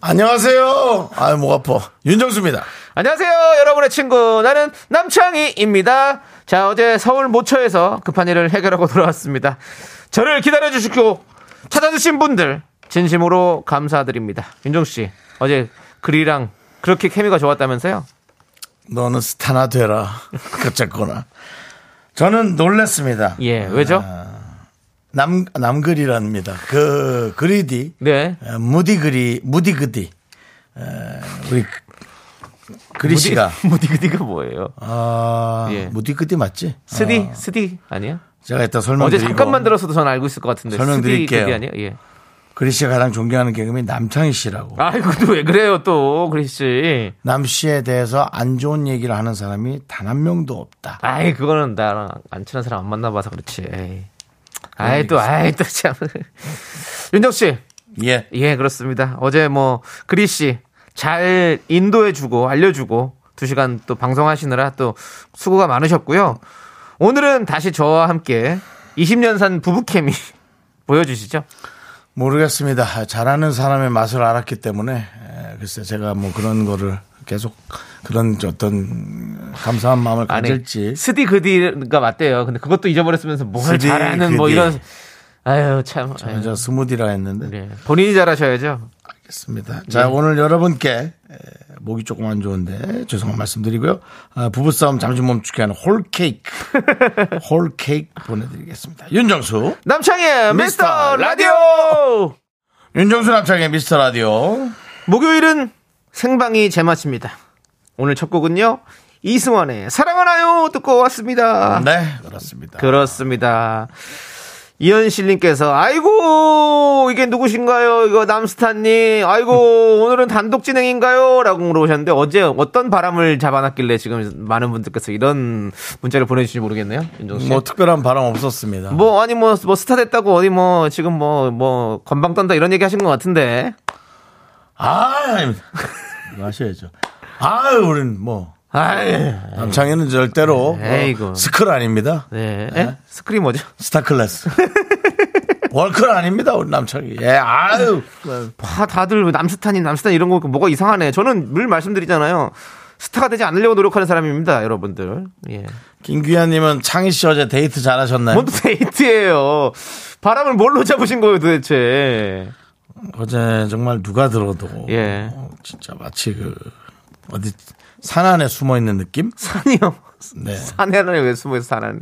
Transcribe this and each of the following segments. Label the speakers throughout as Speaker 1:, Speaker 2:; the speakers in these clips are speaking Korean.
Speaker 1: 안녕하세요. 아유, 목 아파. 윤정수입니다.
Speaker 2: 안녕하세요, 여러분의 친구. 나는 남창희입니다. 자, 어제 서울 모처에서 급한 일을 해결하고 돌아왔습니다. 저를 기다려주시고 찾아주신 분들, 진심으로 감사드립니다. 윤종씨, 어제 글이랑 그렇게 케미가 좋았다면서요?
Speaker 1: 너는 스타나 되라. 그쨌거나. 저는 놀랬습니다.
Speaker 2: 예, 왜죠?
Speaker 1: 남, 남글이랍니다. 그, 그리디.
Speaker 2: 네.
Speaker 1: 에, 무디그리, 무디그디. 에, 우리, 그리씨가.
Speaker 2: 무디그디가 뭐예요?
Speaker 1: 아,
Speaker 2: 예.
Speaker 1: 무디그디 맞지? 어,
Speaker 2: 스디? 스디? 아니야?
Speaker 1: 제가 이따 설명드리고.
Speaker 2: 어제 잠깐만 들었어도 전 알고 있을 것 같은데.
Speaker 1: 설명드릴게요.
Speaker 2: 스디 아니에요? 예.
Speaker 1: 그리씨가 가장 존경하는 개그맨 남창희 씨라고.
Speaker 2: 아이고, 또 왜 그래요, 또, 그리씨.
Speaker 1: 남 씨에 대해서 안 좋은 얘기를 하는 사람이 단 한 명도 없다.
Speaker 2: 아이 그거는 나랑 안 친한 사람 안 만나봐서 그렇지. 에이. 아이 또 아이 또 참. 윤정 씨,
Speaker 1: 예.
Speaker 2: 예 그렇습니다. 어제 뭐 그리 씨 잘 인도해주고 알려주고 두 시간 또 방송하시느라 또 수고가 많으셨고요. 오늘은 다시 저와 함께 20년 산 부부 케미 보여주시죠.
Speaker 1: 모르겠습니다. 잘하는 사람의 맛을 알았기 때문에 에, 글쎄 제가 뭐 그런 거를 계속 그런 어떤 감사한 마음을
Speaker 2: 아니
Speaker 1: 가질지
Speaker 2: 스디 그디가 맞대요. 근데 그것도 잊어버렸으면서 뭘
Speaker 1: 스디
Speaker 2: 잘하는 뭐
Speaker 1: 그디.
Speaker 2: 이런 아유 참. 아유.
Speaker 1: 저 스무디라 했는데
Speaker 2: 예, 본인이 잘하셔야죠.
Speaker 1: 알겠습니다.
Speaker 2: 네.
Speaker 1: 자 오늘 여러분께 에, 목이 조금 안 좋은데 죄송한 말씀드리고요. 아, 부부싸움 잠시 멈추게 하는 홀케이크 홀케이크 보내드리겠습니다. 윤정수
Speaker 2: 남창희의
Speaker 1: 미스터
Speaker 2: 미스터 라디오!
Speaker 1: 윤정수 남창의 미스터 라디오
Speaker 2: 목요일은 생방이 제맛입니다. 오늘 첫 곡은요, 이승환의 사랑하나요? 듣고 왔습니다.
Speaker 1: 네 그렇습니다.
Speaker 2: 그렇습니다. 이현실님께서, 아이고, 이게 누구신가요? 이거 남스타님, 아이고, 오늘은 단독 진행인가요? 라고 물어보셨는데, 어제 어떤 바람을 잡아놨길래 지금 많은 분들께서 이런 문자를 보내주신지 모르겠네요. 윤정씨.
Speaker 1: 뭐 특별한 바람 없었습니다.
Speaker 2: 뭐 아니 뭐 뭐 스타 됐다고 어디 뭐 지금 뭐 뭐 건방 떤다 이런 얘기 하신 것 같은데
Speaker 1: 아, 이거 하셔야죠. 아, 우린 뭐
Speaker 2: 아이
Speaker 1: 남창희는 절대로
Speaker 2: 예. 에이구.
Speaker 1: 어, 스클 아닙니다.
Speaker 2: 네 에? 스크림 뭐죠
Speaker 1: 스타클래스. 월클 아닙니다, 우리 남창희. 예, 아유.
Speaker 2: 다 다들 남스타님 남스타 이런 거 뭐가 이상하네 저는 늘 말씀드리잖아요 스타가 되지 않으려고 노력하는 사람입니다 여러분들 예뭔또
Speaker 1: 김규현님은 창희 씨 어제 데이트 잘하셨나요?
Speaker 2: 데이트예요 바람을 뭘로 잡으신 거예요 도대체
Speaker 1: 어제 정말 누가 들어도
Speaker 2: 예.
Speaker 1: 어, 진짜 마치 그 어디 산 안에 숨어 있는 느낌?
Speaker 2: 산이요
Speaker 1: 네.
Speaker 2: 산에는 왜 숨어서 산하는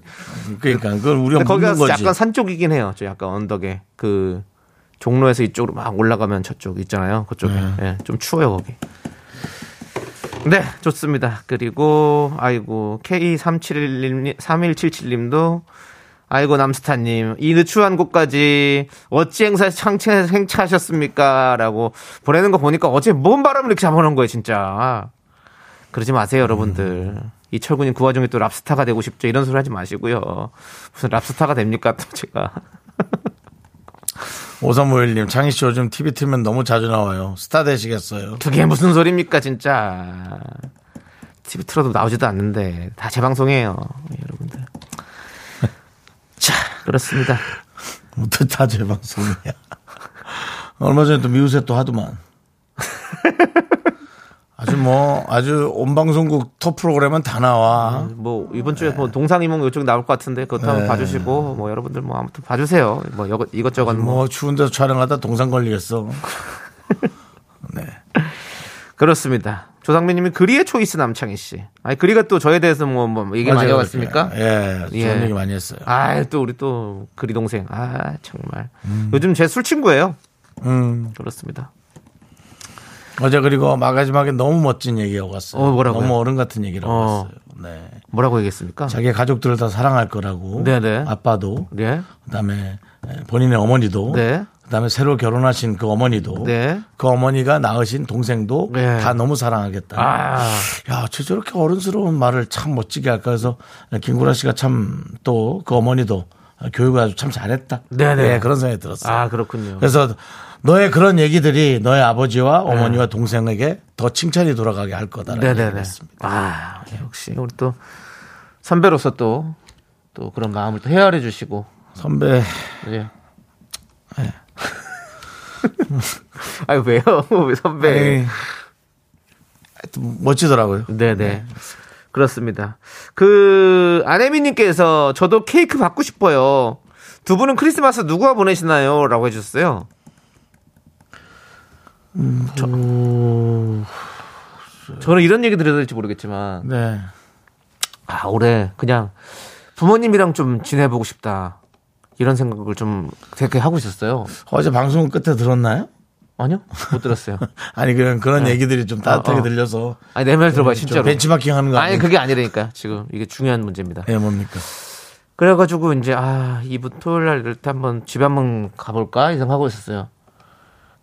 Speaker 1: 그러니까 그걸 우리가
Speaker 2: 근데 거기
Speaker 1: 묻는
Speaker 2: 가서
Speaker 1: 거지.
Speaker 2: 약간 산 쪽이긴 해요. 저 약간 언덕에 그 종로에서 이쪽으로 막 올라가면 저쪽 있잖아요. 그쪽에 예, 좀 추워요 거기. 네 좋습니다. 그리고 아이고 K 3 7 1님 3177님도 아이고 남스타님 이 늦추한 곳까지 어찌 행사에서 창체 행차하셨습니까?라고 보내는 거 보니까 어제 뭔 바람을 이렇게 잡아놓은 거예요 진짜. 그러지 마세요, 여러분들. 이 철군님 그 와중에 또 랍스타가 되고 싶죠. 이런 소리 하지 마시고요. 무슨 랍스타가 됩니까? 또 제가.
Speaker 1: 오삼오일님 창희 씨 요즘 TV 틀면 너무 자주 나와요. 스타 되시겠어요?
Speaker 2: 그게 무슨 소리입니까, 진짜. TV 틀어도 나오지도 않는데. 다 재방송이에요, 여러분들. 자, 그렇습니다.
Speaker 1: 뭐다 재방송이야. 얼마 전에 또 미우새 또 하더만. 아주 뭐 아주 온 방송국 톱 프로그램은 다 나와.
Speaker 2: 뭐, 이번 주에
Speaker 1: 네.
Speaker 2: 뭐 동상이몽 이쪽 나올 것 같은데, 그것도 한번 봐주시고, 뭐, 여러분들 뭐, 아무튼 봐주세요. 뭐, 이것- 이것저것 뭐.
Speaker 1: 뭐 추운 데서 촬영하다 동상 걸리겠어. 네.
Speaker 2: 그렇습니다. 조상민 님이 그리의 초이스 남창희 씨. 아니, 그리가 또 저에 대해서 뭐, 뭐, 얘기 많이
Speaker 1: 맞아요.
Speaker 2: 해왔습니까?
Speaker 1: 예. 좋은
Speaker 2: 예.
Speaker 1: 얘기 많이 했어요.
Speaker 2: 아, 또 우리 또 그리 동생. 아, 정말. 요즘 제 술 친구예요.
Speaker 1: 음.
Speaker 2: 그렇습니다.
Speaker 1: 어제 그리고 마지막에 너무 멋진 얘기하고 갔어요.
Speaker 2: 어, 뭐라고요?
Speaker 1: 너무 어른 같은 얘기를 하고
Speaker 2: 어.
Speaker 1: 갔어요. 네.
Speaker 2: 뭐라고 얘기했습니까?
Speaker 1: 자기 가족들을 다 사랑할 거라고.
Speaker 2: 네네.
Speaker 1: 아빠도
Speaker 2: 예.
Speaker 1: 그다음에 본인의 어머니도
Speaker 2: 네.
Speaker 1: 그다음에 새로 결혼하신 그 어머니도
Speaker 2: 네.
Speaker 1: 그 어머니가 낳으신 동생도
Speaker 2: 네.
Speaker 1: 다 너무 사랑하겠다.
Speaker 2: 아.
Speaker 1: 야, 저 저렇게 어른스러운 말을 참 멋지게 할까 해서 김구라 씨가 참 또 그 어머니도 교육을 아주 참 잘했다.
Speaker 2: 네네.
Speaker 1: 예, 그런 생각이 들었어요.
Speaker 2: 아, 그렇군요.
Speaker 1: 그래서 너의 그런 얘기들이 너의 아버지와 어머니와 동생에게 더 칭찬이 돌아가게 할 거다라는
Speaker 2: 네. 네네네.
Speaker 1: 얘기였습니다.
Speaker 2: 아, 역시 우리 또 선배로서 또, 또 그런 마음을 또 헤아려 주시고.
Speaker 1: 선배
Speaker 2: 예. 네. 아니, 왜요? 왜 선배.
Speaker 1: 에이, 하여튼 멋지더라고요.
Speaker 2: 네네. 그렇습니다. 그, 아내미님께서 저도 케이크 받고 싶어요. 두 분은 크리스마스 누구와 보내시나요? 라고 해주셨어요. 음, 저, 저는 이런 얘기 드려야 될지 모르겠지만,
Speaker 1: 네.
Speaker 2: 아, 올해 그냥 부모님이랑 좀 지내보고 싶다. 이런 생각을 좀 되게 하고 있었어요.
Speaker 1: 어제 방송 끝에 들었나요?
Speaker 2: 아니요? 못 들었어요.
Speaker 1: 아니 그런 그런 얘기들이 좀 따뜻하게
Speaker 2: 어, 어.
Speaker 1: 들려서
Speaker 2: 아니, 내 말 들어봐요,
Speaker 1: 좀
Speaker 2: 진짜로.
Speaker 1: 벤치마킹하는 거
Speaker 2: 음, 아니,
Speaker 1: 아니
Speaker 2: 그- 그게 아니라니까. 지금 이게 중요한 문제입니다.
Speaker 1: 예 뭡니까?
Speaker 2: 그래가지고 이제 아 이번 토요일 날 이럴 때 한번 집에 한번 가볼까 이 생각하고 있었어요.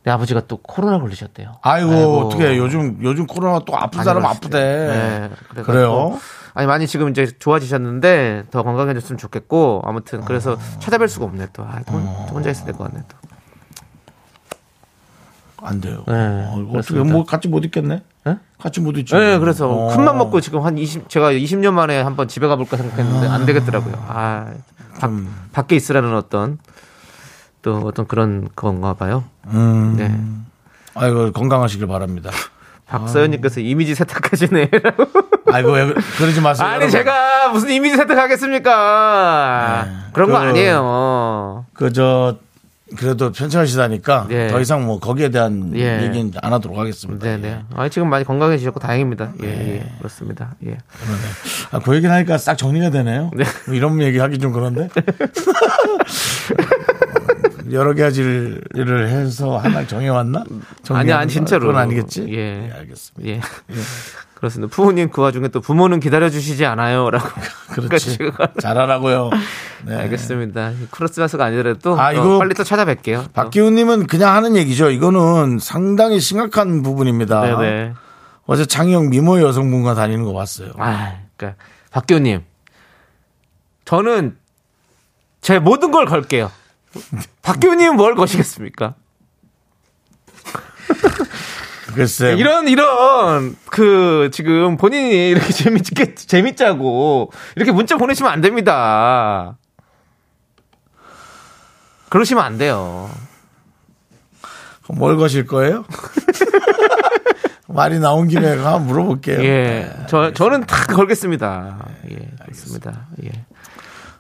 Speaker 2: 내 아버지가 또 코로나 걸리셨대요.
Speaker 1: 아이고, 어떻게 요즘 요즘 코로나 또 아픈
Speaker 2: 많이
Speaker 1: 사람
Speaker 2: 걸리셨대요.
Speaker 1: 아프대.
Speaker 2: 네, 그래가지고
Speaker 1: 그래요?
Speaker 2: 아니 많이 지금 이제 좋아지셨는데 더 건강해졌으면 좋겠고 아무튼 그래서 찾아뵐 수가 없네 또. 아, 혼- 혼자 있을 될것 같네 또.
Speaker 1: 안 돼요.
Speaker 2: 네,
Speaker 1: 어, 어떻게
Speaker 2: 그렇습니다.
Speaker 1: 뭐 같이 못 있겠네?
Speaker 2: 예?
Speaker 1: 같이 못 있죠.
Speaker 2: 네, 그래서
Speaker 1: 어.
Speaker 2: 큰맘 먹고 지금 한 20, 제가 20년 만에 한번 집에 가볼까 생각했는데 안 되겠더라고요. 아, 밖- 밖에 있으라는 어떤 또 어떤 그런 건가 봐요.
Speaker 1: 음.
Speaker 2: 네.
Speaker 1: 아이고 건강하시길 바랍니다.
Speaker 2: 박서연님께서 이미지 세탁하시네. 라고.
Speaker 1: 아이고 왜 그- 그러지 마세요.
Speaker 2: 아니
Speaker 1: 여러분.
Speaker 2: 제가 무슨 이미지 세탁하겠습니까?
Speaker 1: 네.
Speaker 2: 그런 거
Speaker 1: 그-
Speaker 2: 아니에요.
Speaker 1: 그저 그래도 편찮으시다니까
Speaker 2: 예.
Speaker 1: 더 이상 뭐 거기에 대한
Speaker 2: 예.
Speaker 1: 얘기는 안 하도록 하겠습니다. 예.
Speaker 2: 네네. 아니 지금 많이 건강해지셨고 다행입니다. 예, 예. 그렇습니다. 예.
Speaker 1: 아, 그 얘기 하니까 싹 정리가 되네요. 뭐 이런 얘기 하기 좀 그런데. 여러 가지를 해서 하나 정해왔나?
Speaker 2: 아니
Speaker 1: 정리하는
Speaker 2: 아니 진짜로.
Speaker 1: 그건 아니겠지?
Speaker 2: 예.
Speaker 1: 알겠습니다.
Speaker 2: 예. 그렇습니다. 부모님 그 와중에 또 부모는 기다려 주시지 않아요라고.
Speaker 1: 그렇지. 잘하라고요. 네.
Speaker 2: 그러니까 알겠습니다. 크로스마스가 아니더라도
Speaker 1: 아,
Speaker 2: 어,
Speaker 1: 이거
Speaker 2: 빨리 또 찾아뵐게요. 또.
Speaker 1: 박기훈님은 그냥 하는 얘기죠. 이거는 상당히 심각한 부분입니다.
Speaker 2: 네네.
Speaker 1: 어제 장영 미모 여성분과 다니는 거 봤어요.
Speaker 2: 아, 그러니까 박교님, 저는 제 모든 걸 걸게요. 박교님 뭘 거시겠습니까?
Speaker 1: 글쎄,
Speaker 2: 이런 이런 그 지금 본인이 이렇게 재밌게 재밌자고 이렇게 문자 보내시면 안 됩니다. 그러시면 안 돼요.
Speaker 1: 뭘 거실 거예요? 말이 나온 김에 한번 물어볼게요. 네.
Speaker 2: 예, 저 저는 다 걸겠습니다. 예, 그렇습니다. 예,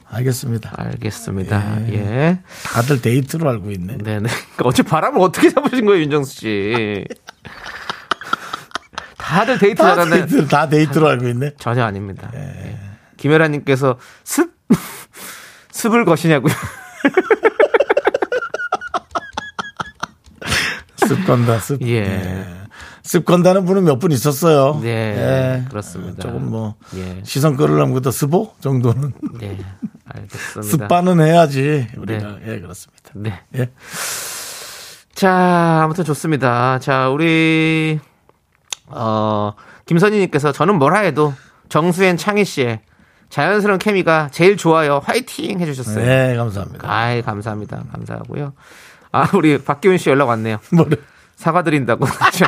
Speaker 1: 알겠습니다.
Speaker 2: 아, 알겠습니다. 예.
Speaker 1: 다들 데이트로 알고 있네.
Speaker 2: 네네. 어제 바람을 어떻게 잡으신 거예요, 윤정수 씨? 다들 데이트
Speaker 1: 다
Speaker 2: 나갔네.
Speaker 1: 데이트, 다 데이트로 알고 있네.
Speaker 2: 전혀 아닙니다. 예. 김혜라님께서 습? 습을 거시냐고요?
Speaker 1: 습건다, 습.
Speaker 2: 예.
Speaker 1: 습건다는 분은 몇 분 있었어요. 예.
Speaker 2: 네. 그렇습니다.
Speaker 1: 조금 뭐,
Speaker 2: 예.
Speaker 1: 시선 끌으려면 그것도 습보 정도는.
Speaker 2: 예. 알겠습니다.
Speaker 1: 습반은 해야지. 우리가. 예, 그렇습니다.
Speaker 2: 네.
Speaker 1: 예.
Speaker 2: 자, 아무튼 좋습니다. 자, 우리, 어, 김선희님께서 저는 뭐라 해도 정수엔 창희 씨의 자연스러운 케미가 제일 좋아요. 화이팅! 해주셨어요.
Speaker 1: 네, 감사합니다.
Speaker 2: 아이 감사합니다. 감사하고요. 아 우리 박기훈 씨 연락 왔네요.
Speaker 1: 뭐를.
Speaker 2: 사과드린다고 하셨어요.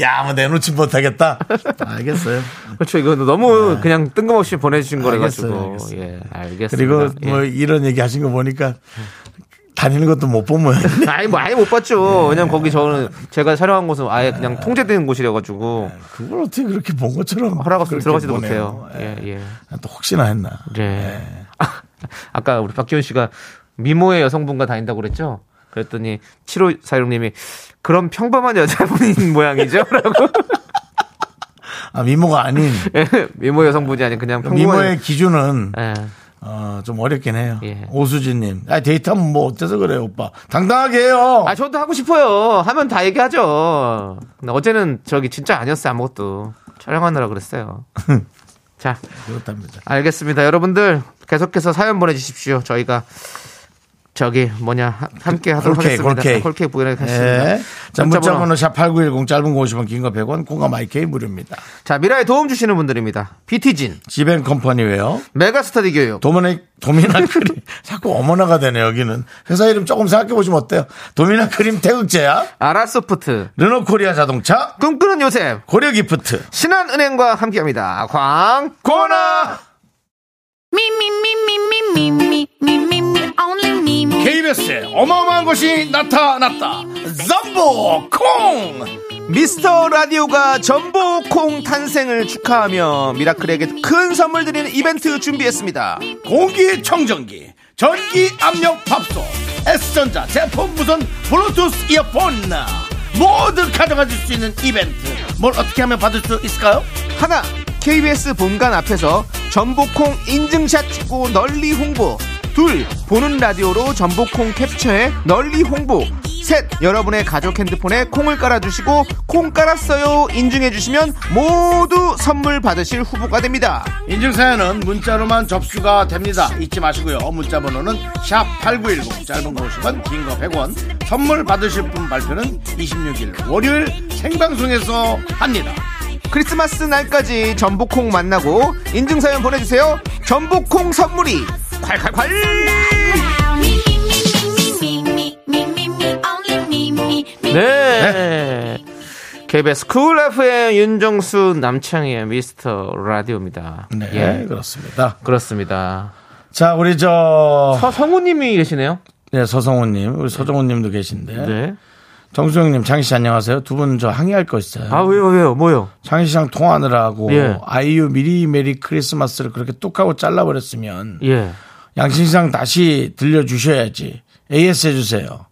Speaker 1: 야, 뭐 내놓지 못하겠다. 아, 알겠어요.
Speaker 2: 그렇죠. 이거 너무 그냥 뜬금없이 보내주신 거래 가지고
Speaker 1: 네. 알겠어요,
Speaker 2: 예 알겠습니다.
Speaker 1: 그리고
Speaker 2: 예.
Speaker 1: 뭐 이런 얘기 하신 거 보니까 다니는 것도 못 보면
Speaker 2: 아예 뭐 아예 못 봤죠. 왜냐면 거기 저는 제가 촬영한 곳은 아예
Speaker 1: 네.
Speaker 2: 그냥 통제되는 곳이라 가지고
Speaker 1: 그걸 어떻게 그렇게 본 것처럼
Speaker 2: 허락
Speaker 1: 그렇게
Speaker 2: 없으면 들어가지도
Speaker 1: 보내요. 네.
Speaker 2: 못해요.
Speaker 1: 예.
Speaker 2: 예 예.
Speaker 1: 또 혹시나 했나.
Speaker 2: 예. 아, 아까 우리 박기훈 씨가 미모의 여성분과 다닌다고 그랬죠? 그랬더니 7호 사용님이 그런 평범한 여자분인 모양이죠? 라고
Speaker 1: 아, 미모가 아닌
Speaker 2: 예, 미모 여성분이 아닌 그냥 평범한
Speaker 1: 미모의 기준은
Speaker 2: 예.
Speaker 1: 어, 좀 어렵긴 해요.
Speaker 2: 예.
Speaker 1: 오수진님, 아 데이트하면 뭐 어때서 그래요, 오빠? 당당하게 해요.
Speaker 2: 아 저도 하고 싶어요. 하면 다 얘기하죠. 근데 어제는 저기 진짜 아니었어요 아무것도 촬영하느라 그랬어요. 자
Speaker 1: 그렇답니다.
Speaker 2: 알겠습니다. 여러분들 계속해서 사연 보내주십시오. 저희가
Speaker 3: 저기 뭐냐 하- 함께 하도록
Speaker 1: 홀케이크,
Speaker 3: 하겠습니다.
Speaker 1: 홀케이크.
Speaker 3: 홀케이크 보내겠습니다.
Speaker 1: 예. 자, 문자번호 샵8910 짧은 거 50원, 긴 거 100원, 콩과 마이케이 무료입니다.
Speaker 3: 자 미라에 도움 주시는 분들입니다. 비티진,
Speaker 1: 지벤 컴퍼니웨어,
Speaker 3: 메가스터디 교육,
Speaker 1: 도미나, 도미나 크림, 자꾸 어머나가 되네, 여기는. 회사 이름 조금 생각해보시면 어때요? 도미나 크림 태극제야,
Speaker 3: 아라소프트,
Speaker 1: 르노 코리아 자동차,
Speaker 3: 꿈꾸는 요셉,
Speaker 1: 고려 기프트,
Speaker 3: 신한은행과 함께합니다. 광.
Speaker 1: 고나!
Speaker 4: Me, me, me, me, me, me, me, me, me, me, only me, me.
Speaker 1: KBS에 어마어마한 것이 나타났다. zambo 콩!
Speaker 3: 미스터 라디오가 전보콩 탄생을 축하하며 미라클에게 큰 선물 드리는 이벤트 준비했습니다.
Speaker 1: 공기 청정기, 전기 압력 밥솥, S전자 제품 무선 블루투스 이어폰 모두 가져가실 수 있는 이벤트. 뭘 어떻게 하면 받을 수 있을까요?
Speaker 3: 하나, KBS 본관 앞에서 전보콩 인증샷 찍고 널리 홍보. 둘, 보는 라디오로 전보콩 캡처해 널리 홍보. 셋, 여러분의 가족 핸드폰에 콩을 깔아주시고 콩 깔았어요 인증해주시면 모두 선물 받으실 후보가 됩니다.
Speaker 1: 인증 사연은 문자로만 접수가 됩니다. 잊지 마시고요. 문자 번호는 샵 8910 짧은 거 50원, 긴 거 100원. 선물 받으실 분 발표는 26일 월요일 생방송에서 합니다.
Speaker 3: 크리스마스 날까지 전복콩 만나고 인증사연 보내주세요. 전복콩 선물이 콸콸콸!
Speaker 4: Me, me, me, me, me, me, me, me, me, only me, me, me.
Speaker 3: 네. KBS 쿨 FM 윤정수 남창희의 미스터 라디오입니다.
Speaker 1: 네,
Speaker 3: 예,
Speaker 1: 그렇습니다.
Speaker 3: 그렇습니다.
Speaker 1: 자, 우리 저
Speaker 3: 아, 서성우님이 계시네요.
Speaker 1: 네, 서성호님, 우리 서정호님도 계신데
Speaker 3: 네.
Speaker 1: 정수영님, 장희 씨 안녕하세요. 두 분 저 항의할 거 있어요.
Speaker 3: 아 왜요 왜요 뭐요?
Speaker 1: 장희 씨랑 통화하느라고
Speaker 3: 예.
Speaker 1: 아이유 미리 메리 크리스마스를 그렇게 뚝하고 잘라버렸으면
Speaker 3: 예.
Speaker 1: 양신 씨랑 다시 들려주셔야지. AS 해주세요.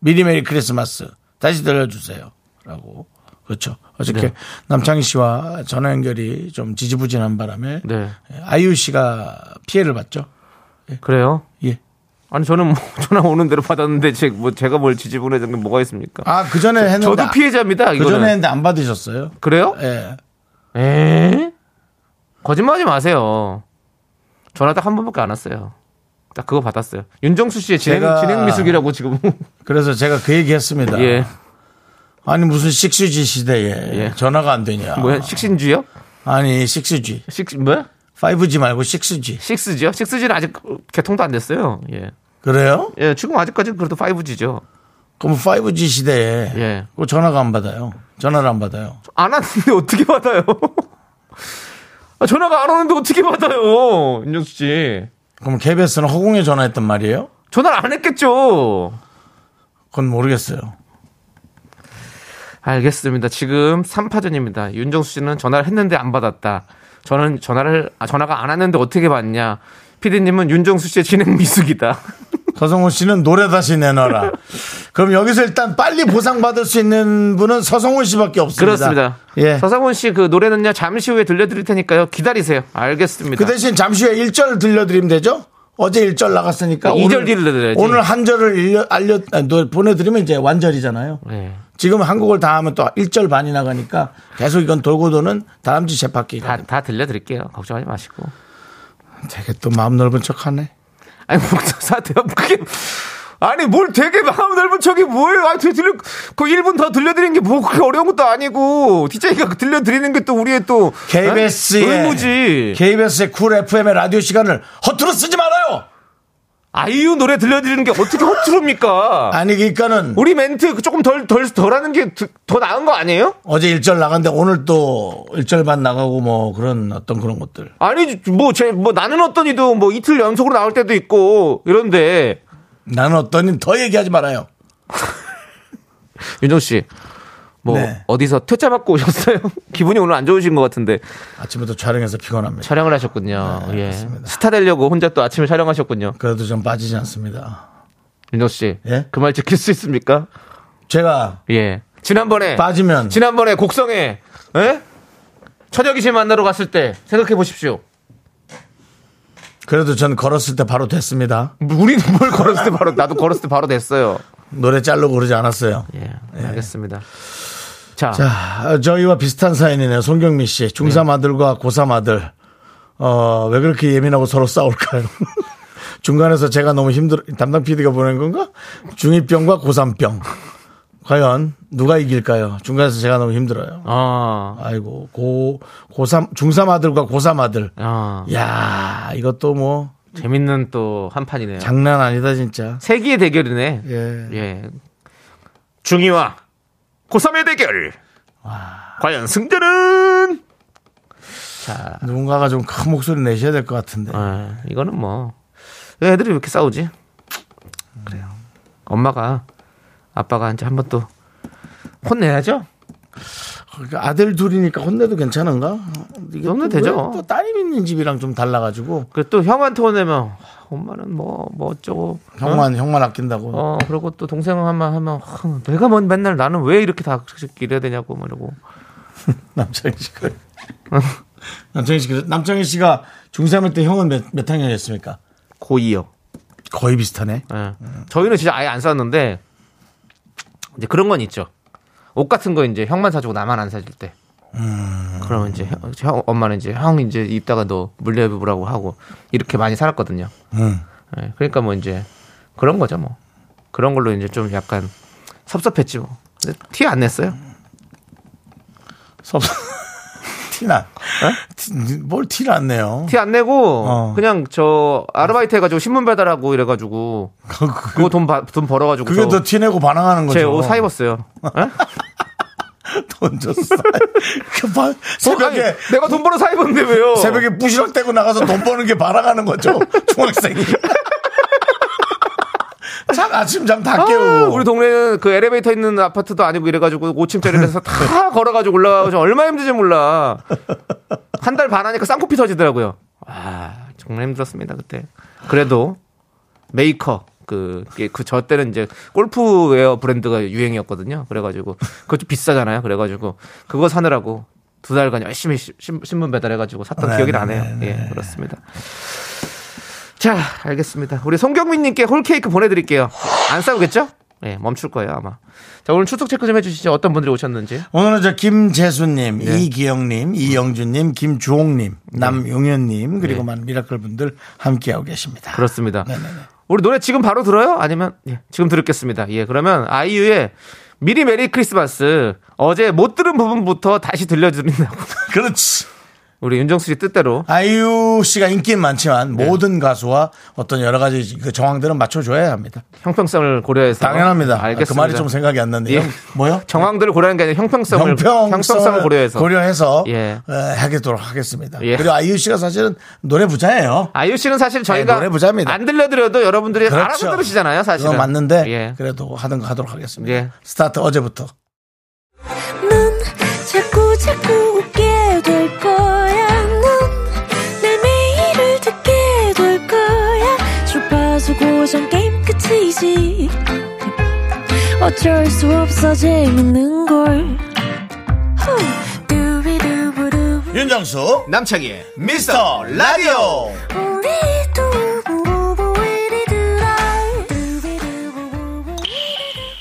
Speaker 1: 미리 메리 크리스마스 다시 들려주세요. 라고. 그렇죠. 어저께
Speaker 3: 네.
Speaker 1: 남창희 씨와 전화 연결이 좀 지지부진한 바람에 예,
Speaker 3: 네.
Speaker 1: 아이유 씨가 피해를 봤죠.
Speaker 3: 그래요?
Speaker 1: 예.
Speaker 3: 아니 저는 뭐 전화 오는 대로 받았는데 제, 뭐 제가 뭘 지지분해진 게 뭐가 있습니까?
Speaker 1: 아, 그 전에 했는데.
Speaker 3: 저도 피해자입니다.
Speaker 1: 그 전에
Speaker 3: 이거는.
Speaker 1: 했는데 안 받으셨어요.
Speaker 3: 그래요?
Speaker 1: 예.
Speaker 3: 에? 거짓말하지 마세요. 전화 딱 한 번밖에 안 왔어요. 딱 그거 받았어요. 윤정수 씨의 진행
Speaker 1: 제가-
Speaker 3: 진행 미숙이라고 지금
Speaker 1: 그래서 제가 그 얘기 했습니다.
Speaker 3: 예.
Speaker 1: 아니 무슨 식수지 시대에
Speaker 3: 예.
Speaker 1: 전화가 안 되냐.
Speaker 3: 뭐야 식신주요?
Speaker 1: 아니 식수지.
Speaker 3: 식 뭐야?
Speaker 1: 5G 말고 식수지.
Speaker 3: 식스지요? 식스지는 아직 개통도 안 됐어요. 예.
Speaker 1: 그래요?
Speaker 3: 예, 지금 아직까지 그래도 5G죠.
Speaker 1: 그럼 5G 시대에
Speaker 3: 예.
Speaker 1: 그 전화가 안 받아요. 전화를 안 받아요.
Speaker 3: 안 왔는데 어떻게 받아요? 아, 전화가 안 오는데 어떻게 받아요? 윤정수 씨.
Speaker 1: 그럼 KBS는 허공에 전화했단 말이에요?
Speaker 3: 전화를 안 했겠죠.
Speaker 1: 그건 모르겠어요.
Speaker 3: 알겠습니다. 지금 3파전입니다. 윤정수 씨는 전화를 했는데 안 받았다. 저는 전화를 아, 전화가 안 왔는데 어떻게 받냐. 피디님은 윤정수 씨의 진행 미숙이다.
Speaker 1: 서성호 씨는 노래 다시 내놔라. 그럼 여기서 일단 빨리 보상받을 수 있는 분은 서성호 씨밖에 없습니다.
Speaker 3: 그렇습니다.
Speaker 1: 예.
Speaker 3: 서상훈 씨 그 노래는요 잠시 후에 들려드릴 테니까요 기다리세요. 알겠습니다.
Speaker 1: 그 대신 잠시 후에 1절을 들려드리면 되죠? 어제 1절 나갔으니까.
Speaker 3: 네, 이절
Speaker 1: 그 오늘-
Speaker 3: 들려드려야지.
Speaker 1: 오늘 한 절을 일려- 알려, 아, 노- 보내드리면 이제 완절이잖아요.
Speaker 3: 네.
Speaker 1: 지금 한국을 다 하면 또 1절 반이 나가니까 계속 이건 돌고 도는 다람쥐 재바퀴가
Speaker 3: 다, 다 들려드릴게요. 걱정하지 마시고.
Speaker 1: 되게 또 마음 넓은 척하네.
Speaker 3: 아니, 뭐, 목사사 대가 그게. 아니, 뭘 되게 마음 넓은 척이 뭐예요? 아니, 들려, 그 1분 더 들려드리는 게 뭐 그렇게 어려운 것도 아니고, DJ가 그 들려드리는 게 또 우리의 또.
Speaker 1: KBS의
Speaker 3: 어? 의무지.
Speaker 1: KBS의 쿨 FM의 라디오 시간을 허투루 쓰지 말아요.
Speaker 3: 아이유 노래 들려드리는 게 어떻게 허투루입니까?
Speaker 1: 아니 그러니까는
Speaker 3: 우리 멘트 조금 덜, 덜, 덜 하는 게 더 나은 거 아니에요?
Speaker 1: 어제 1절 나갔는데 오늘 또 1절 반 나가고 뭐 그런 어떤 그런 것들.
Speaker 3: 아니, 뭐, 제, 뭐, 나는 어떤 이도 뭐 이틀 연속으로 나올 때도 있고, 이런데.
Speaker 1: 나는 어떠니 더 얘기하지 말아요.
Speaker 3: 윤정 씨, 뭐
Speaker 1: 네.
Speaker 3: 어디서 퇴짜 받고 오셨어요? 기분이 오늘 안 좋으신 것 같은데
Speaker 1: 아침부터 촬영해서 피곤합니다.
Speaker 3: 촬영을 하셨군요. 예.
Speaker 1: 그렇습니다.
Speaker 3: 스타 되려고 혼자 또 아침에 촬영하셨군요.
Speaker 1: 그래도 좀 빠지지 않습니다.
Speaker 3: 윤정 씨,
Speaker 1: 예?
Speaker 3: 그 말 지킬 수 있습니까?
Speaker 1: 제가
Speaker 3: 예. 지난번에
Speaker 1: 빠지면
Speaker 3: 네. 지난번에 곡성에 예? 천혁이 씨 만나러 갔을 때 생각해 보십시오.
Speaker 1: 그래도 전 걸었을 때 바로 됐습니다.
Speaker 3: 우리는 뭘 걸었을 때 바로 나도 걸었을 때 바로 됐어요.
Speaker 1: 노래 자르고 그러지 않았어요.
Speaker 3: 예, 알겠습니다. 자,
Speaker 1: 자, 저희와 비슷한 사연이네요. 송경미 씨. 중3 아들과 고3 아들. 어, 왜 그렇게 예민하고 서로 싸울까요? 중간에서 제가 너무 힘들어 담당 PD가 보낸 건가? 중2병과 고3병. 과연 누가 이길까요? 중간에서 제가 너무 힘들어요.
Speaker 3: 아,
Speaker 1: 아이고 고 고3 중3 아들과 고3 아들.
Speaker 3: 아
Speaker 1: 야, 이것도 뭐
Speaker 3: 재밌는 또 한 판이네요.
Speaker 1: 장난 아니다 진짜.
Speaker 3: 세기의 대결이네. 예.
Speaker 1: 예.
Speaker 3: 중이와 고3의 대결. 과연 승자는?
Speaker 1: 누군가가 좀 큰 목소리 내셔야 될 것 같은데.
Speaker 3: 아, 이거는 뭐. 왜 애들이 왜 이렇게 싸우지? 그래요. 엄마가, 아빠가 이제 한번 또 혼내야죠?
Speaker 1: 그러니까 아들 둘이니까 혼내도 괜찮은가? 이게
Speaker 3: 혼내
Speaker 1: 또
Speaker 3: 되죠.
Speaker 1: 왜또 따님 있는 집이랑 좀 달라가지고
Speaker 3: 그리고 또 형한테 혼내면, 아, 엄마는 뭐, 뭐 어쩌고.
Speaker 1: 형만 형만 아낀다고.
Speaker 3: 어, 그리고 또 동생 한번 하면, 아, 내가 뭔 맨날 나는 왜 이렇게 다 그렇게 이래야 되냐고, 뭐 이러고.
Speaker 1: 남창희 씨가 어. 남창희 씨가 남창희 씨가 중3일 때 형은 몇, 몇 학년이었습니까?
Speaker 3: 고이요.
Speaker 1: 거의 비슷하네.
Speaker 3: 예. 저희는 진짜 아예 안 쌌는데 이제 그런 건 있죠. 옷 같은 거 이제 형만 사주고 나만 안 사줄 때.
Speaker 1: 음.
Speaker 3: 그러면 이제 형, 형- 엄마는 이제 형 이제 입다가 너 물려보라고 하고 이렇게 많이 살았거든요.
Speaker 1: 음.
Speaker 3: 예, 그러니까 뭐 이제 그런 거죠 뭐 그런 걸로 이제 좀 약간 섭섭했지 뭐. 티 안 냈어요.
Speaker 1: 섭 티나. 티- 뭘 티를 안 내요.
Speaker 3: 티 안 내고
Speaker 1: 어.
Speaker 3: 그냥 저 아르바이트 해가지고 신문 배달하고 이래가지고 그거 돈, 바- 돈 벌어가지고
Speaker 1: 그게 더 티 내고 반항하는 거죠.
Speaker 3: 제 옷사 입었어요. 예?
Speaker 1: 던졌어. 그 바-
Speaker 3: 아니,
Speaker 1: 새벽에
Speaker 3: 내가 돈 벌어 사 입었는데 왜요?
Speaker 1: 새벽에 부시럭 대고 나가서 돈 버는 게 바라가는 거죠. 중학생이. 참 아침 잠 다 깨우고.
Speaker 3: 아, 우리 동네는 그 엘리베이터 있는 아파트도 아니고 이래가지고 5층짜리라서 다 걸어가지고 올라가서 얼마 힘든지 몰라. 한 달 반 하니까 쌍코피 터지더라고요. 아 정말 힘들었습니다 그때. 그래도 메이커 그그저 때는 이제 골프웨어 브랜드가 유행이었거든요. 그래가지고 그것도 비싸잖아요. 그래가지고 그거 사느라고 두 달간 열심히 시- 신- 신문 배달해가지고 샀던
Speaker 1: 네,
Speaker 3: 기억이
Speaker 1: 네,
Speaker 3: 나네요.
Speaker 1: 네,
Speaker 3: 예 그렇습니다. 자, 알겠습니다. 우리 송경민님께 홀케이크 보내드릴게요. 안 싸우겠죠? 네, 멈출 거예요, 아마. 자, 오늘 출석 체크 좀 해주시죠. 어떤 분들이 오셨는지.
Speaker 1: 오늘은 저 김재수님,
Speaker 3: 네.
Speaker 1: 이기영님, 이영준님, 김주홍님, 남용현님 그리고 많은 미라클 분들 함께하고 계십니다.
Speaker 3: 네. 그렇습니다.
Speaker 1: 네네네.
Speaker 3: 우리 노래 지금 바로 들어요? 아니면, 예, 지금 들었겠습니다. 예, 그러면 아이유의 미리 메리 크리스마스. 어제 못 들은 부분부터 다시 들려드린다고.
Speaker 1: 그렇지.
Speaker 3: 우리 윤정수 씨 뜻대로.
Speaker 1: 아이유 씨가 인기는 많지만
Speaker 3: 네.
Speaker 1: 모든 가수와 어떤 여러 가지 그 정황들은 맞춰줘야 합니다.
Speaker 3: 형평성을 고려해서.
Speaker 1: 당연합니다. 아,
Speaker 3: 알겠습니다.
Speaker 1: 그 말이 좀 생각이 안 났네요.
Speaker 3: 예.
Speaker 1: 뭐요?
Speaker 3: 정황들을 고려하는 게 아니라 형평성을,
Speaker 1: 형평성을,
Speaker 3: 형평성을 고려해서.
Speaker 1: 고려해서
Speaker 3: 예.
Speaker 1: 에, 하겠도록 하겠습니다.
Speaker 3: 예.
Speaker 1: 그리고 아이유 씨가 사실은 노래 부자예요.
Speaker 3: 아이유 씨는 사실 저희가
Speaker 1: 노래 부자입니다. 그렇죠.
Speaker 3: 안 들려드려도 여러분들이 알아서 들으시잖아요, 사실은.
Speaker 1: 그거 맞는데
Speaker 3: 예.
Speaker 1: 그래도 하던 거 하도록 하겠습니다.
Speaker 3: 예.
Speaker 1: 스타트 어제부터.
Speaker 5: 넌 자꾸 자꾸 웃게 될 거야. 넌내 매일을 듣게 될 거야. 주파수 고정 게임 끝이지. 어쩔 수 없어 재밌는 걸. 후. 두비두부두.
Speaker 1: 윤정수 남창희 미스터 라디오
Speaker 5: 우리 두부부부 우리 두라. 두비두부부부 우리 두라.